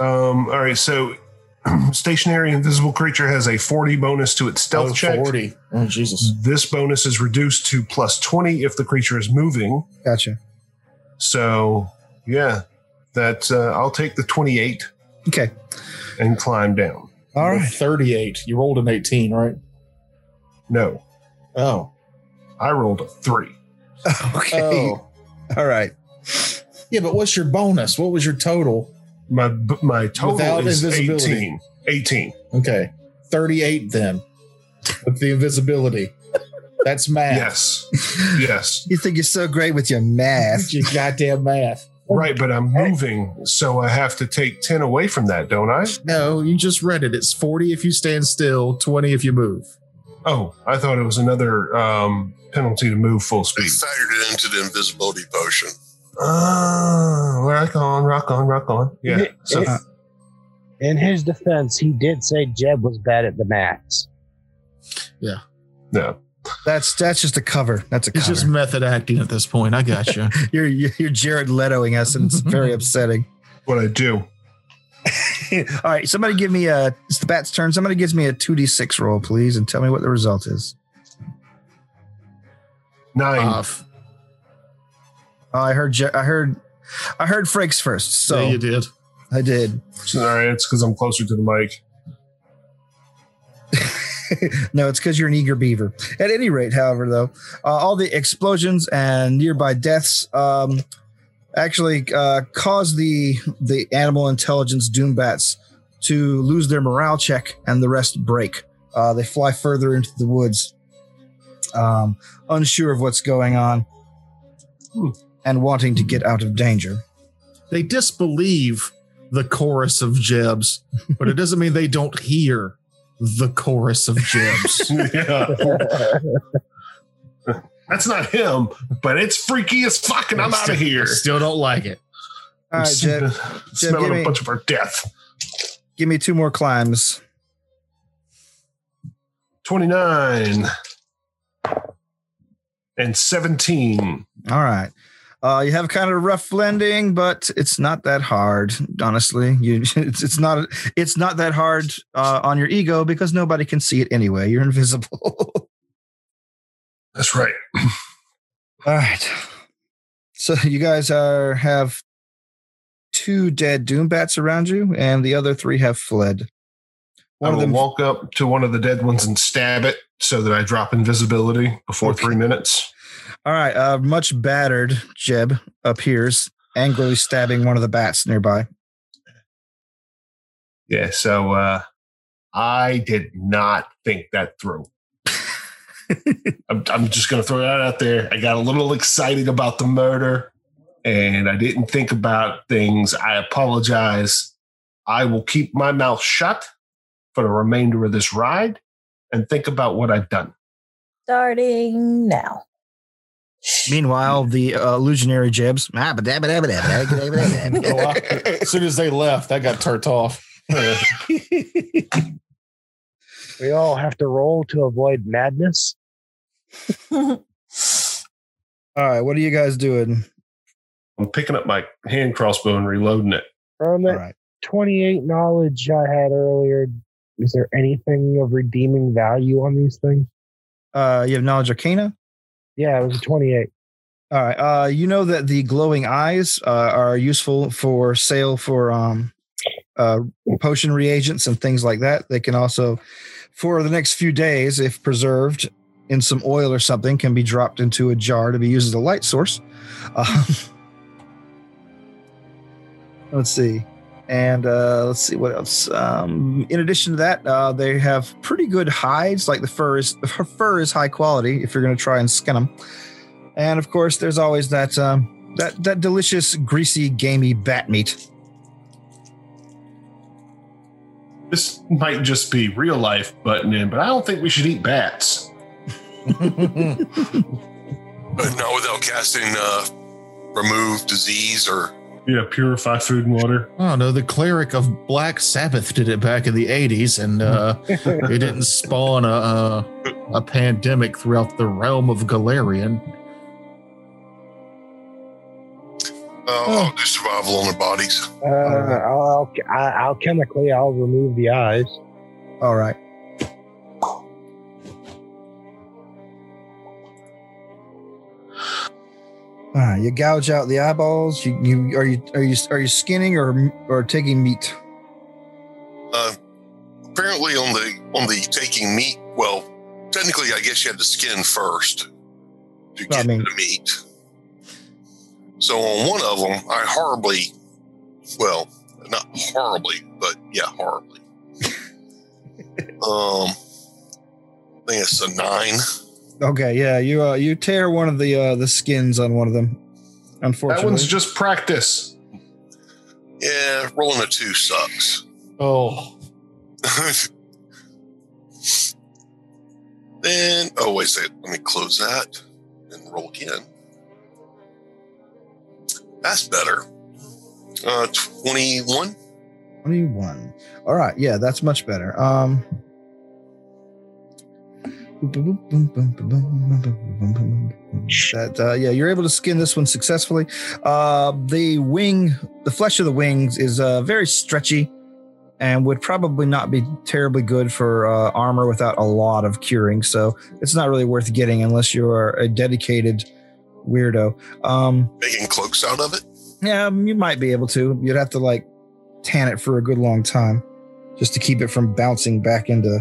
Speaker 3: um, all right. So, stationary invisible creature has a 40 bonus to its stealth
Speaker 2: Oh,
Speaker 3: check.
Speaker 2: 40. Oh, Jesus.
Speaker 3: This bonus is reduced to plus 20 if the creature is moving.
Speaker 1: Gotcha.
Speaker 3: So, yeah, that uh, I'll take the 28.
Speaker 1: Okay.
Speaker 3: and climb down.
Speaker 1: All
Speaker 2: You're
Speaker 1: right.
Speaker 2: 38. You rolled an 18, right?
Speaker 3: No,
Speaker 2: Oh.
Speaker 3: I rolled a three.
Speaker 1: Okay.
Speaker 2: Oh.
Speaker 1: All right.
Speaker 2: Yeah, but what's your bonus? What was your total?
Speaker 3: My my total
Speaker 2: Without
Speaker 3: is
Speaker 2: invisibility.
Speaker 3: 18. 18.
Speaker 2: Okay. 38 then with the invisibility. That's math.
Speaker 3: Yes. Yes.
Speaker 1: You think you're so great with your math?
Speaker 2: That's your goddamn math.
Speaker 3: Right, but I'm moving, so I have to take 10 away from that, don't I?
Speaker 2: No, you just read it. It's 40 if you stand still, 20 if you move.
Speaker 3: Oh, I thought it was another um, penalty to move full
Speaker 5: They
Speaker 3: speed.
Speaker 5: factored it into the invisibility potion.
Speaker 3: Oh, rock on, rock on, rock on. Yeah. So,
Speaker 1: Uh,
Speaker 6: In his defense, he did say Jeb was bad at the maths.
Speaker 3: no.
Speaker 1: that's that's just a cover. That's a
Speaker 7: It's
Speaker 1: cover.
Speaker 7: just method acting at this point. I got you.
Speaker 1: You're you're Jared Letoing us, and it's very upsetting.
Speaker 3: What I do.
Speaker 1: All right, somebody give me a. It's the bat's turn. Somebody gives me a two d six roll, please, and tell me what the result is.
Speaker 3: Nine.
Speaker 7: Off.
Speaker 1: Oh, I heard. Ja- I heard. I heard Frakes first, so
Speaker 7: yeah, you did.
Speaker 1: I did.
Speaker 3: All right. It's because I'm closer to the mic.
Speaker 1: no, it's because you're an eager beaver. At any rate, however, though, uh, all the explosions and nearby deaths um, actually uh, caused the the animal intelligence doombats to lose their morale check, and the rest break. Uh, they fly further into the woods, um, unsure of what's going on,
Speaker 3: Hmm.
Speaker 1: and wanting to get out of danger.
Speaker 2: They disbelieve the chorus of Jebs, but it doesn't mean they don't hear the chorus of Jebs.
Speaker 3: yeah. That's not him, but it's freaky as fuck, and I'm out of here.
Speaker 2: Still don't like it.
Speaker 1: All right,
Speaker 3: Sm-
Speaker 1: Jed,
Speaker 3: smelling
Speaker 1: give
Speaker 3: a
Speaker 1: me-
Speaker 3: bunch of our death.
Speaker 1: give me two more climbs.
Speaker 3: 29 and 17.
Speaker 1: All right. Uh, you have kind of a rough landing, but it's not that hard, honestly. You, it's, it's not it's not that hard uh, on your ego because nobody can see it anyway. You're invisible.
Speaker 3: That's right.
Speaker 1: All right. So you guys are have two dead doombats around you, and the other three have fled. One
Speaker 3: I
Speaker 1: of
Speaker 3: will
Speaker 1: them.
Speaker 3: walk up to one of the dead ones and stab it so that I drop invisibility before
Speaker 1: Okay.
Speaker 3: three minutes.
Speaker 1: All right. Uh, much battered Jeb appears, angrily stabbing one of the bats nearby.
Speaker 3: Yeah, so uh, I did not think that through. I'm, I'm just going to throw that out there. I got a little excited about the murder and I didn't think about things. I apologize. I will keep my mouth shut for the remainder of this ride and think about what I've done.
Speaker 4: Starting now.
Speaker 1: Meanwhile, the uh, illusionary jibs. "Ah, ba- da- ba- da- ba- da- ba- da- ba- da- ba- da."
Speaker 2: Oh, I- as soon as they left, I got turned off.
Speaker 6: We all have to roll to avoid madness.
Speaker 1: All right, what are you guys doing?
Speaker 3: I'm picking up my hand crossbow and reloading it.
Speaker 6: From
Speaker 1: All
Speaker 6: Um, that
Speaker 1: right.
Speaker 6: 28 knowledge I had earlier, is there anything of redeeming value on these things?
Speaker 1: Uh, you have knowledge arcana.
Speaker 6: Yeah, it was a 28.
Speaker 1: All right. Uh, you know that the glowing eyes uh, are useful for sale for um, uh, potion reagents and things like that. They can also, for the next few days, if preserved in some oil or something, can be dropped into a jar to be used as a light source. Um, let's see. And uh, let's see what else. Um, in addition to that, uh, they have pretty good hides. Like the fur is the fur is high quality. If you're going to try and skin them, and of course, there's always that um, that that delicious, greasy, gamey bat meat.
Speaker 3: This might just be real life button in, but I don't think we should eat bats.
Speaker 5: But not without casting uh, remove disease or
Speaker 3: Yeah, purify food and water.
Speaker 2: Oh no, the cleric of Black Sabbath did it back in the '80s, and uh, it didn't spawn a, a a pandemic throughout the realm of Galarian.
Speaker 5: uh,
Speaker 1: Oh.
Speaker 5: I'll do survival on their bodies.
Speaker 6: Uh, I'll, I'll, I'll chemically I'll remove the eyes.
Speaker 1: All right. All right, you gouge out the eyeballs. You, you are you are you are you skinning or or taking meat?
Speaker 5: Uh, apparently, on the on the taking meat. Well, technically, I guess you had to skin first to
Speaker 1: Well, I
Speaker 5: get
Speaker 1: mean-
Speaker 5: the meat. So on one of them, I horribly, well, not horribly, but yeah, horribly. um, I think it's a nine.
Speaker 1: Okay, yeah, you uh, you tear one of the uh, the skins on one of them.
Speaker 3: That one's
Speaker 1: Unfortunately,
Speaker 3: just practice.
Speaker 5: Yeah, rolling a two sucks.
Speaker 2: Oh,
Speaker 5: then, oh, wait a second. Let me close that and roll again. That's better. Uh, 21.
Speaker 1: twenty one. All right, yeah, that's much better. Um. That uh, yeah, you're able to skin this one successfully. Uh, the wing, the flesh of the wings is uh, very stretchy, and would probably not be terribly good for uh, armor without a lot of curing. So it's not really worth getting unless you are a dedicated weirdo. Um,
Speaker 5: Making cloaks out of it.
Speaker 1: yeah, um, you might be able to. You'd have to like tan it for a good long time just to keep it from bouncing back into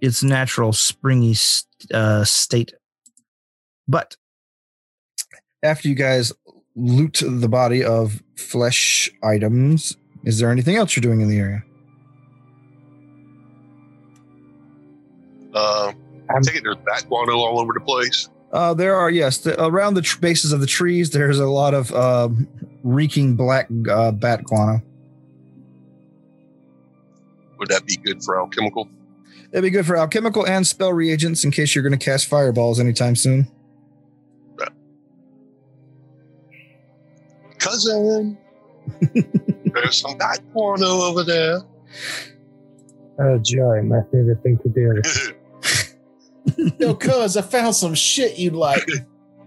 Speaker 1: its natural springy s- uh, state. But after you guys loot the body of flesh items, is there anything else you're doing in the area?
Speaker 5: Uh, I
Speaker 6: Um,
Speaker 5: take it there's bat guano all over the place.
Speaker 1: Uh, there are yes, the, around the tr- bases of the trees, there's a lot of um reeking black uh, bat guano.
Speaker 5: Would that be good for alchemical?
Speaker 1: It'd be good for alchemical and spell reagents in case you're going to cast fireballs anytime soon.
Speaker 5: Cousin, there's some bat guano over there.
Speaker 6: Oh, joy, my favorite thing to do.
Speaker 2: yo, cuz I found some shit you like.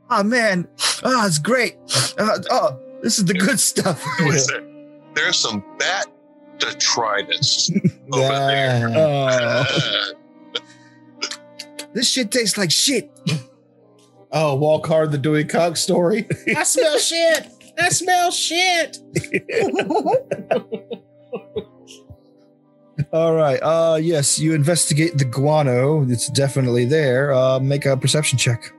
Speaker 1: Oh man, oh it's great. Uh, oh, this is the good stuff.
Speaker 5: What is that? There's some bat detritus. Over
Speaker 2: Yeah.
Speaker 1: Oh,
Speaker 5: Uh,
Speaker 1: this shit tastes like shit.
Speaker 2: Oh, walk hard the Dewey Cox story. I smell shit. I smell shit.
Speaker 1: All right. Uh, yes, you investigate the guano. It's definitely there. Uh, make a perception check.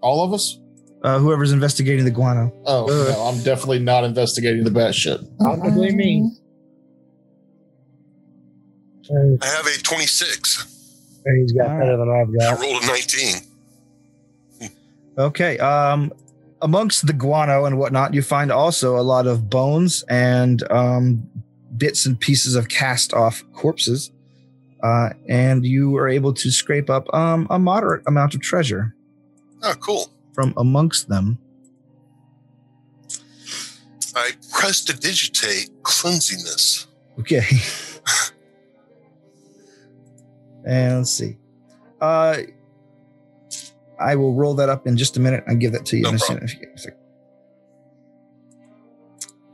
Speaker 2: All of us?
Speaker 1: Uh, whoever's investigating the guano.
Speaker 2: Oh,
Speaker 3: Uh.
Speaker 2: no, I'm definitely not investigating the bat shit.
Speaker 6: Probably me. Uh,
Speaker 5: I have a 26.
Speaker 6: he's got
Speaker 1: All
Speaker 6: better than I've
Speaker 5: I
Speaker 6: got.
Speaker 5: rolled a 19.
Speaker 1: Okay. Um, amongst the guano and whatnot, you find also a lot of bones and um, bits and pieces of cast off corpses. Uh, and you are able to scrape up um, a moderate amount of treasure
Speaker 5: Oh, cool.
Speaker 1: from amongst them.
Speaker 5: I prestidigitate cleansiness.
Speaker 1: Okay. and let's see. Uh, I will roll that up in just a minute and give that to you
Speaker 5: No
Speaker 1: in a
Speaker 5: problem.
Speaker 1: second. if you-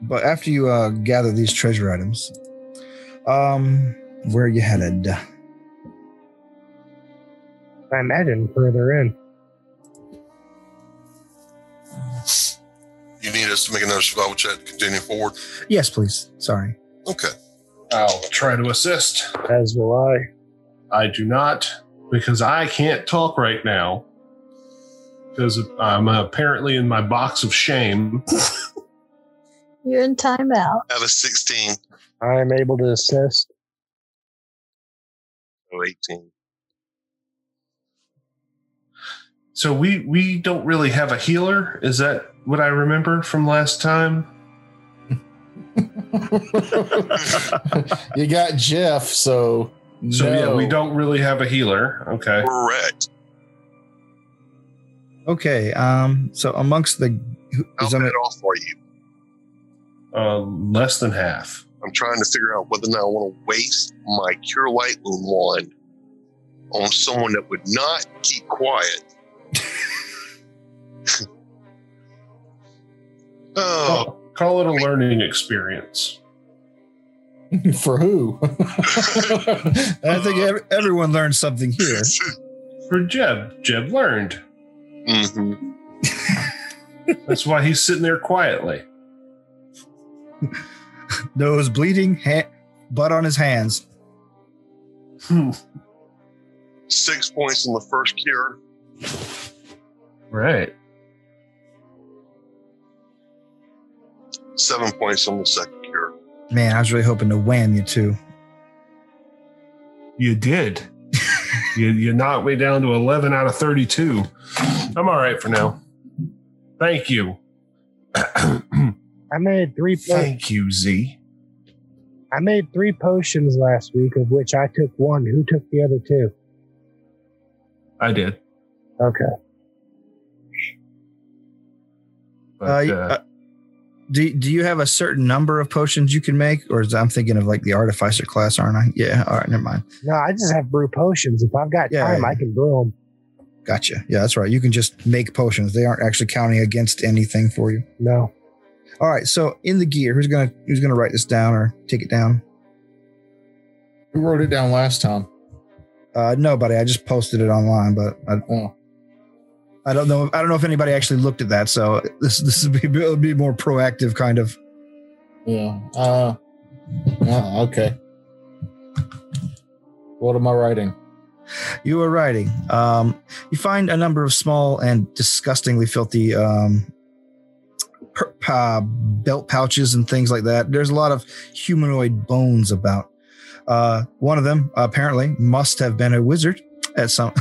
Speaker 1: But after you uh, gather these treasure items, um, where are you headed?
Speaker 6: I imagine further in.
Speaker 5: You need us to make another survival check to continue forward.
Speaker 1: Yes, please. Sorry.
Speaker 5: Okay.
Speaker 3: I'll try to assist.
Speaker 6: As will I.
Speaker 3: I do not because I can't talk right now because I'm apparently in my box of shame.
Speaker 8: Mm-hmm.
Speaker 4: You're in timeout.
Speaker 5: Out of 16.
Speaker 6: I am able to assist.
Speaker 5: Oh, 18.
Speaker 3: So we we don't really have a healer. Is that what I remember from last time?
Speaker 2: you got Jeff, so
Speaker 3: So yeah,
Speaker 2: no.
Speaker 3: we don't really have a healer. Okay.
Speaker 5: Correct.
Speaker 1: Okay. Um, so amongst the
Speaker 5: I'll
Speaker 1: is that
Speaker 5: bet
Speaker 1: a-
Speaker 5: it off for you.
Speaker 3: Uh, less than half.
Speaker 5: I'm trying to figure out whether or not I want to waste my Cure Light Wound wand on someone that would not keep quiet. oh,
Speaker 3: Call, call it a learning experience.
Speaker 2: for who?
Speaker 1: I think ev- everyone learned something here.
Speaker 5: Mm-hmm.
Speaker 3: For Jeb, Jeb learned.
Speaker 5: hmm
Speaker 3: That's why he's sitting there quietly.
Speaker 1: Nose bleeding, ha- butt on his hands.
Speaker 3: Hmm.
Speaker 5: Six points on the first cure.
Speaker 3: Right.
Speaker 5: seven points on the second cure.
Speaker 1: Man, I was really hoping to wham you too.
Speaker 3: You did. you, you knocked me down to 11 out of 32. I'm all right for now. Thank you.
Speaker 6: I made three po-
Speaker 3: Thank you, Z.
Speaker 6: I made three potions last week, of which I took one. Who took the other two?
Speaker 3: I did.
Speaker 6: Okay.
Speaker 3: But,
Speaker 1: uh,
Speaker 3: uh,
Speaker 1: uh, do, do you have a certain number of potions you can make? Or is, I'm thinking of like the artificer class, aren't I? Yeah. All right. Never mind.
Speaker 6: No, I just have brew potions. If I've got
Speaker 1: Yeah,
Speaker 6: time,
Speaker 1: yeah.
Speaker 6: I can brew them.
Speaker 1: Gotcha. Yeah, that's right. You can just make potions. They aren't actually counting against anything for you.
Speaker 6: No.
Speaker 1: All right. So in the gear, who's gonna who's gonna write this down or take it down?
Speaker 2: Who wrote it down last time?
Speaker 1: Uh, nobody. I just posted it online, but I,
Speaker 2: Oh.
Speaker 1: I don't know. I don't know if anybody actually looked at that. So this this would be, it'll be more proactive kind of.
Speaker 2: Yeah. Uh, uh, okay. What am I writing?
Speaker 1: You are writing. Um, you find a number of small and disgustingly filthy um, per, uh, belt pouches and things like that. There's a lot of humanoid bones about. Uh, one of them apparently must have been a wizard at some,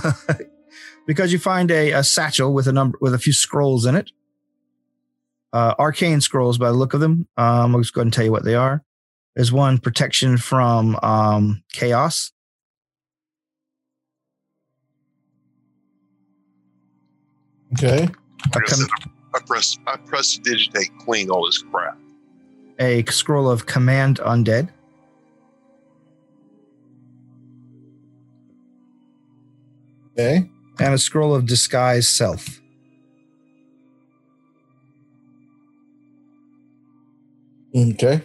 Speaker 1: because you find a, a satchel with a number with a few scrolls in it. Uh, arcane scrolls by the look of them. Um, I'll just go ahead and tell you what they are. There's one protection from um, chaos. A
Speaker 2: Okay.
Speaker 5: Like I,
Speaker 1: com-
Speaker 5: said, I press I press digitate clean all this crap.
Speaker 1: a scroll of command undead
Speaker 2: Okay.
Speaker 1: and a scroll of disguise self
Speaker 2: Okay.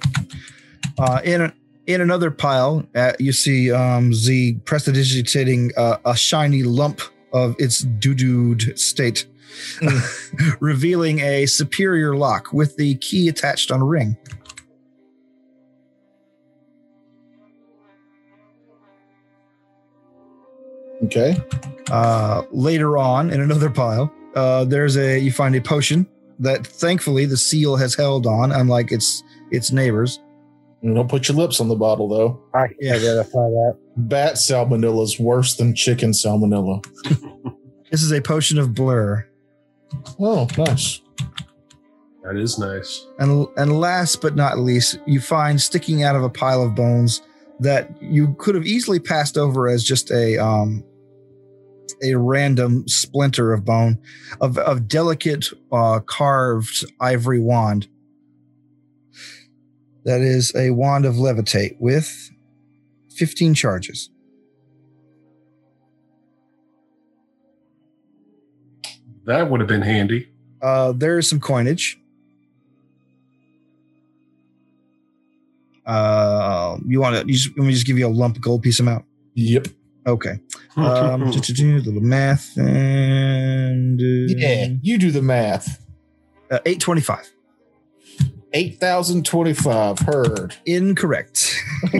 Speaker 1: uh, in a- in another pile uh, you see um, z prestidigitating uh, a shiny lump of its doo-dooed state revealing a superior lock with the key attached on a ring
Speaker 2: Okay.
Speaker 1: Uh, later on in another pile, uh, there's a you find a potion that thankfully the seal has held on, unlike its its neighbors.
Speaker 2: Don't put your lips on the bottle though.
Speaker 6: I can
Speaker 1: Yeah.
Speaker 6: identify that.
Speaker 2: Bat salmonella is worse than chicken salmonella.
Speaker 1: This is a potion of blur.
Speaker 2: Oh, nice.
Speaker 3: That is nice.
Speaker 1: And and last but not least, you find sticking out of a pile of bones that you could have easily passed over as just a um a random splinter of bone of of delicate uh, carved ivory wand. That is a wand of levitate with 15 charges.
Speaker 3: That would have been handy.
Speaker 1: Uh, there is some coinage. Uh, you want to? You just, let me just give you a lump gold piece amount.
Speaker 7: Yep.
Speaker 1: Okay. Um, do, do, do, little math and uh,
Speaker 2: Yeah, you do the math.
Speaker 1: uh, eight twenty-five.
Speaker 2: 8,025 heard.
Speaker 1: Incorrect.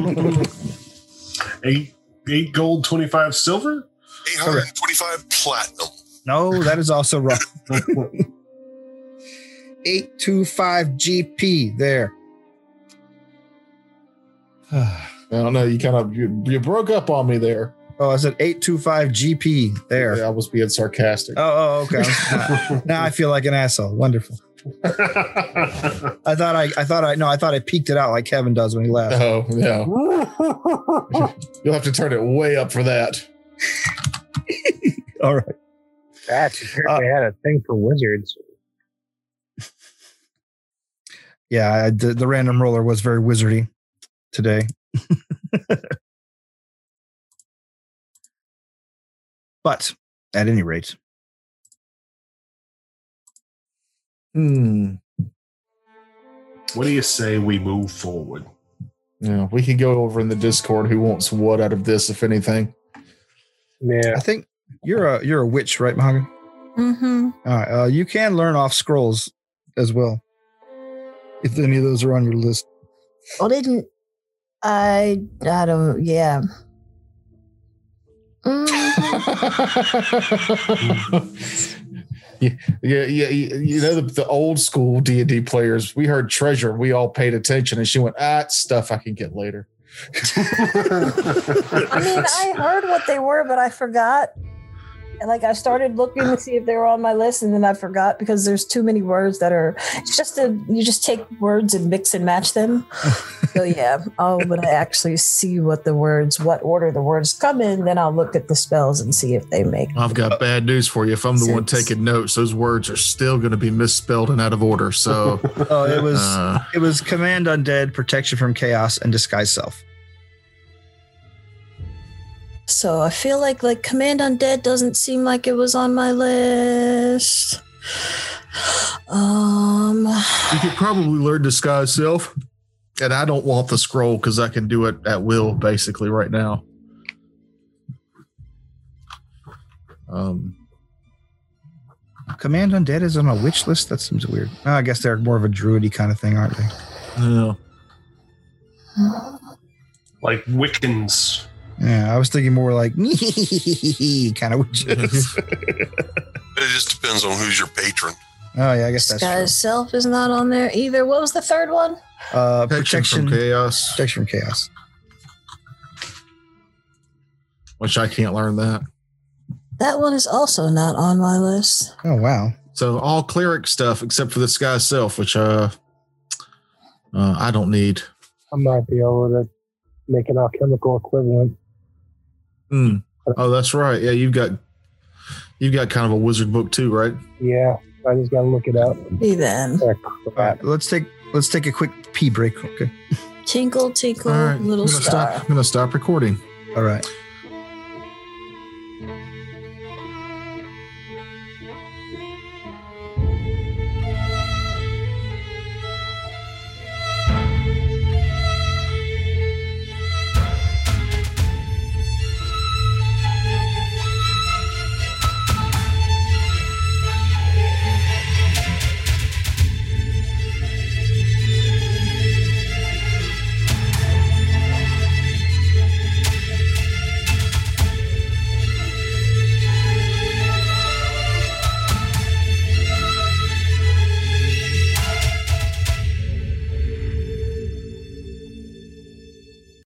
Speaker 3: eight eight gold, twenty five silver.
Speaker 5: 825 platinum.
Speaker 1: No, that is also wrong. Eight two five GP. There.
Speaker 2: I don't know. You kind of you, you broke up on me there.
Speaker 1: Oh, I said eight two five GP. There.
Speaker 2: Yeah, I was being sarcastic.
Speaker 1: Oh, oh, okay. now, now I feel like an asshole. Wonderful. I thought I, I thought I, no, I thought I peeked it out like Kevin does when he laughs.
Speaker 2: Oh, no. You'll have to turn it way up for that.
Speaker 1: All right.
Speaker 9: That's
Speaker 1: Uh,
Speaker 9: apparently had a thing for wizards.
Speaker 1: Yeah, I, the, the random roller was very wizardy today. but at any rate,
Speaker 2: Hmm.
Speaker 3: what do you say we move forward?
Speaker 2: Yeah, we could go over in the Discord who wants what out of this, if anything.
Speaker 9: Yeah.
Speaker 1: I think you're a you're a witch, right, Mahogany?
Speaker 4: Mm-hmm.
Speaker 1: All right. Uh, you can learn off scrolls as well, if any of those are on your list.
Speaker 8: Well, didn't I? I don't. Yeah. Mm,
Speaker 2: yeah, yeah, yeah, you know the, the old school D and D players. We heard treasure. We all paid attention, and she went, "Ah, it's stuff I can get later."
Speaker 8: I mean, I heard what they were, but I forgot. And, Like I started looking to see if they were on my list, and then I forgot because there's too many words that are. It's just a you just take words and mix and match them. so yeah, I'll when I actually see what the words, what order the words come in, then I'll look at the spells and see if they make.
Speaker 7: I've got bad news for you. If I'm the one
Speaker 8: Sense.
Speaker 7: taking notes, those words are still going to be misspelled and out of order. So,
Speaker 1: Oh, it was
Speaker 7: uh,
Speaker 1: it was command undead, protection from chaos, and disguise self.
Speaker 4: So I feel like like Command Undead doesn't seem like it was on my list. Um,
Speaker 7: you could probably learn disguise self. And I don't want the scroll because I can do it at will, basically, right now. Um,
Speaker 1: Command undead is on a witch list. That seems weird. Oh, I guess they're more of a druidy kind of thing, aren't they?
Speaker 7: yeah.
Speaker 3: Like Wiccans.
Speaker 1: Yeah, I was thinking more like kind of witches.
Speaker 5: It just depends on who's your patron.
Speaker 1: oh yeah, I guess that's
Speaker 4: Sky
Speaker 1: true.
Speaker 4: Self is not on there either. What was the third one?
Speaker 1: Uh,
Speaker 7: Protection
Speaker 1: protection,
Speaker 7: from chaos,
Speaker 1: protection from chaos.
Speaker 7: which I can't learn that.
Speaker 4: That one is also not on my list.
Speaker 1: Oh wow.
Speaker 7: So all cleric stuff except for the sky self, which uh, uh I don't need.
Speaker 9: I might be able to make an alchemical equivalent.
Speaker 7: Hmm. Oh, that's right. Yeah, you've got you've got kind of a wizard book too, right?
Speaker 9: Yeah. I just gotta look it up.
Speaker 4: Be then.
Speaker 9: Ah,
Speaker 1: All
Speaker 9: crap.
Speaker 1: right, let's take let's take a quick pee break. Okay.
Speaker 4: Tinkle, tinkle,
Speaker 7: All right, I'm
Speaker 4: little
Speaker 7: gonna
Speaker 4: star.
Speaker 7: stop. I'm gonna stop recording.
Speaker 1: All right.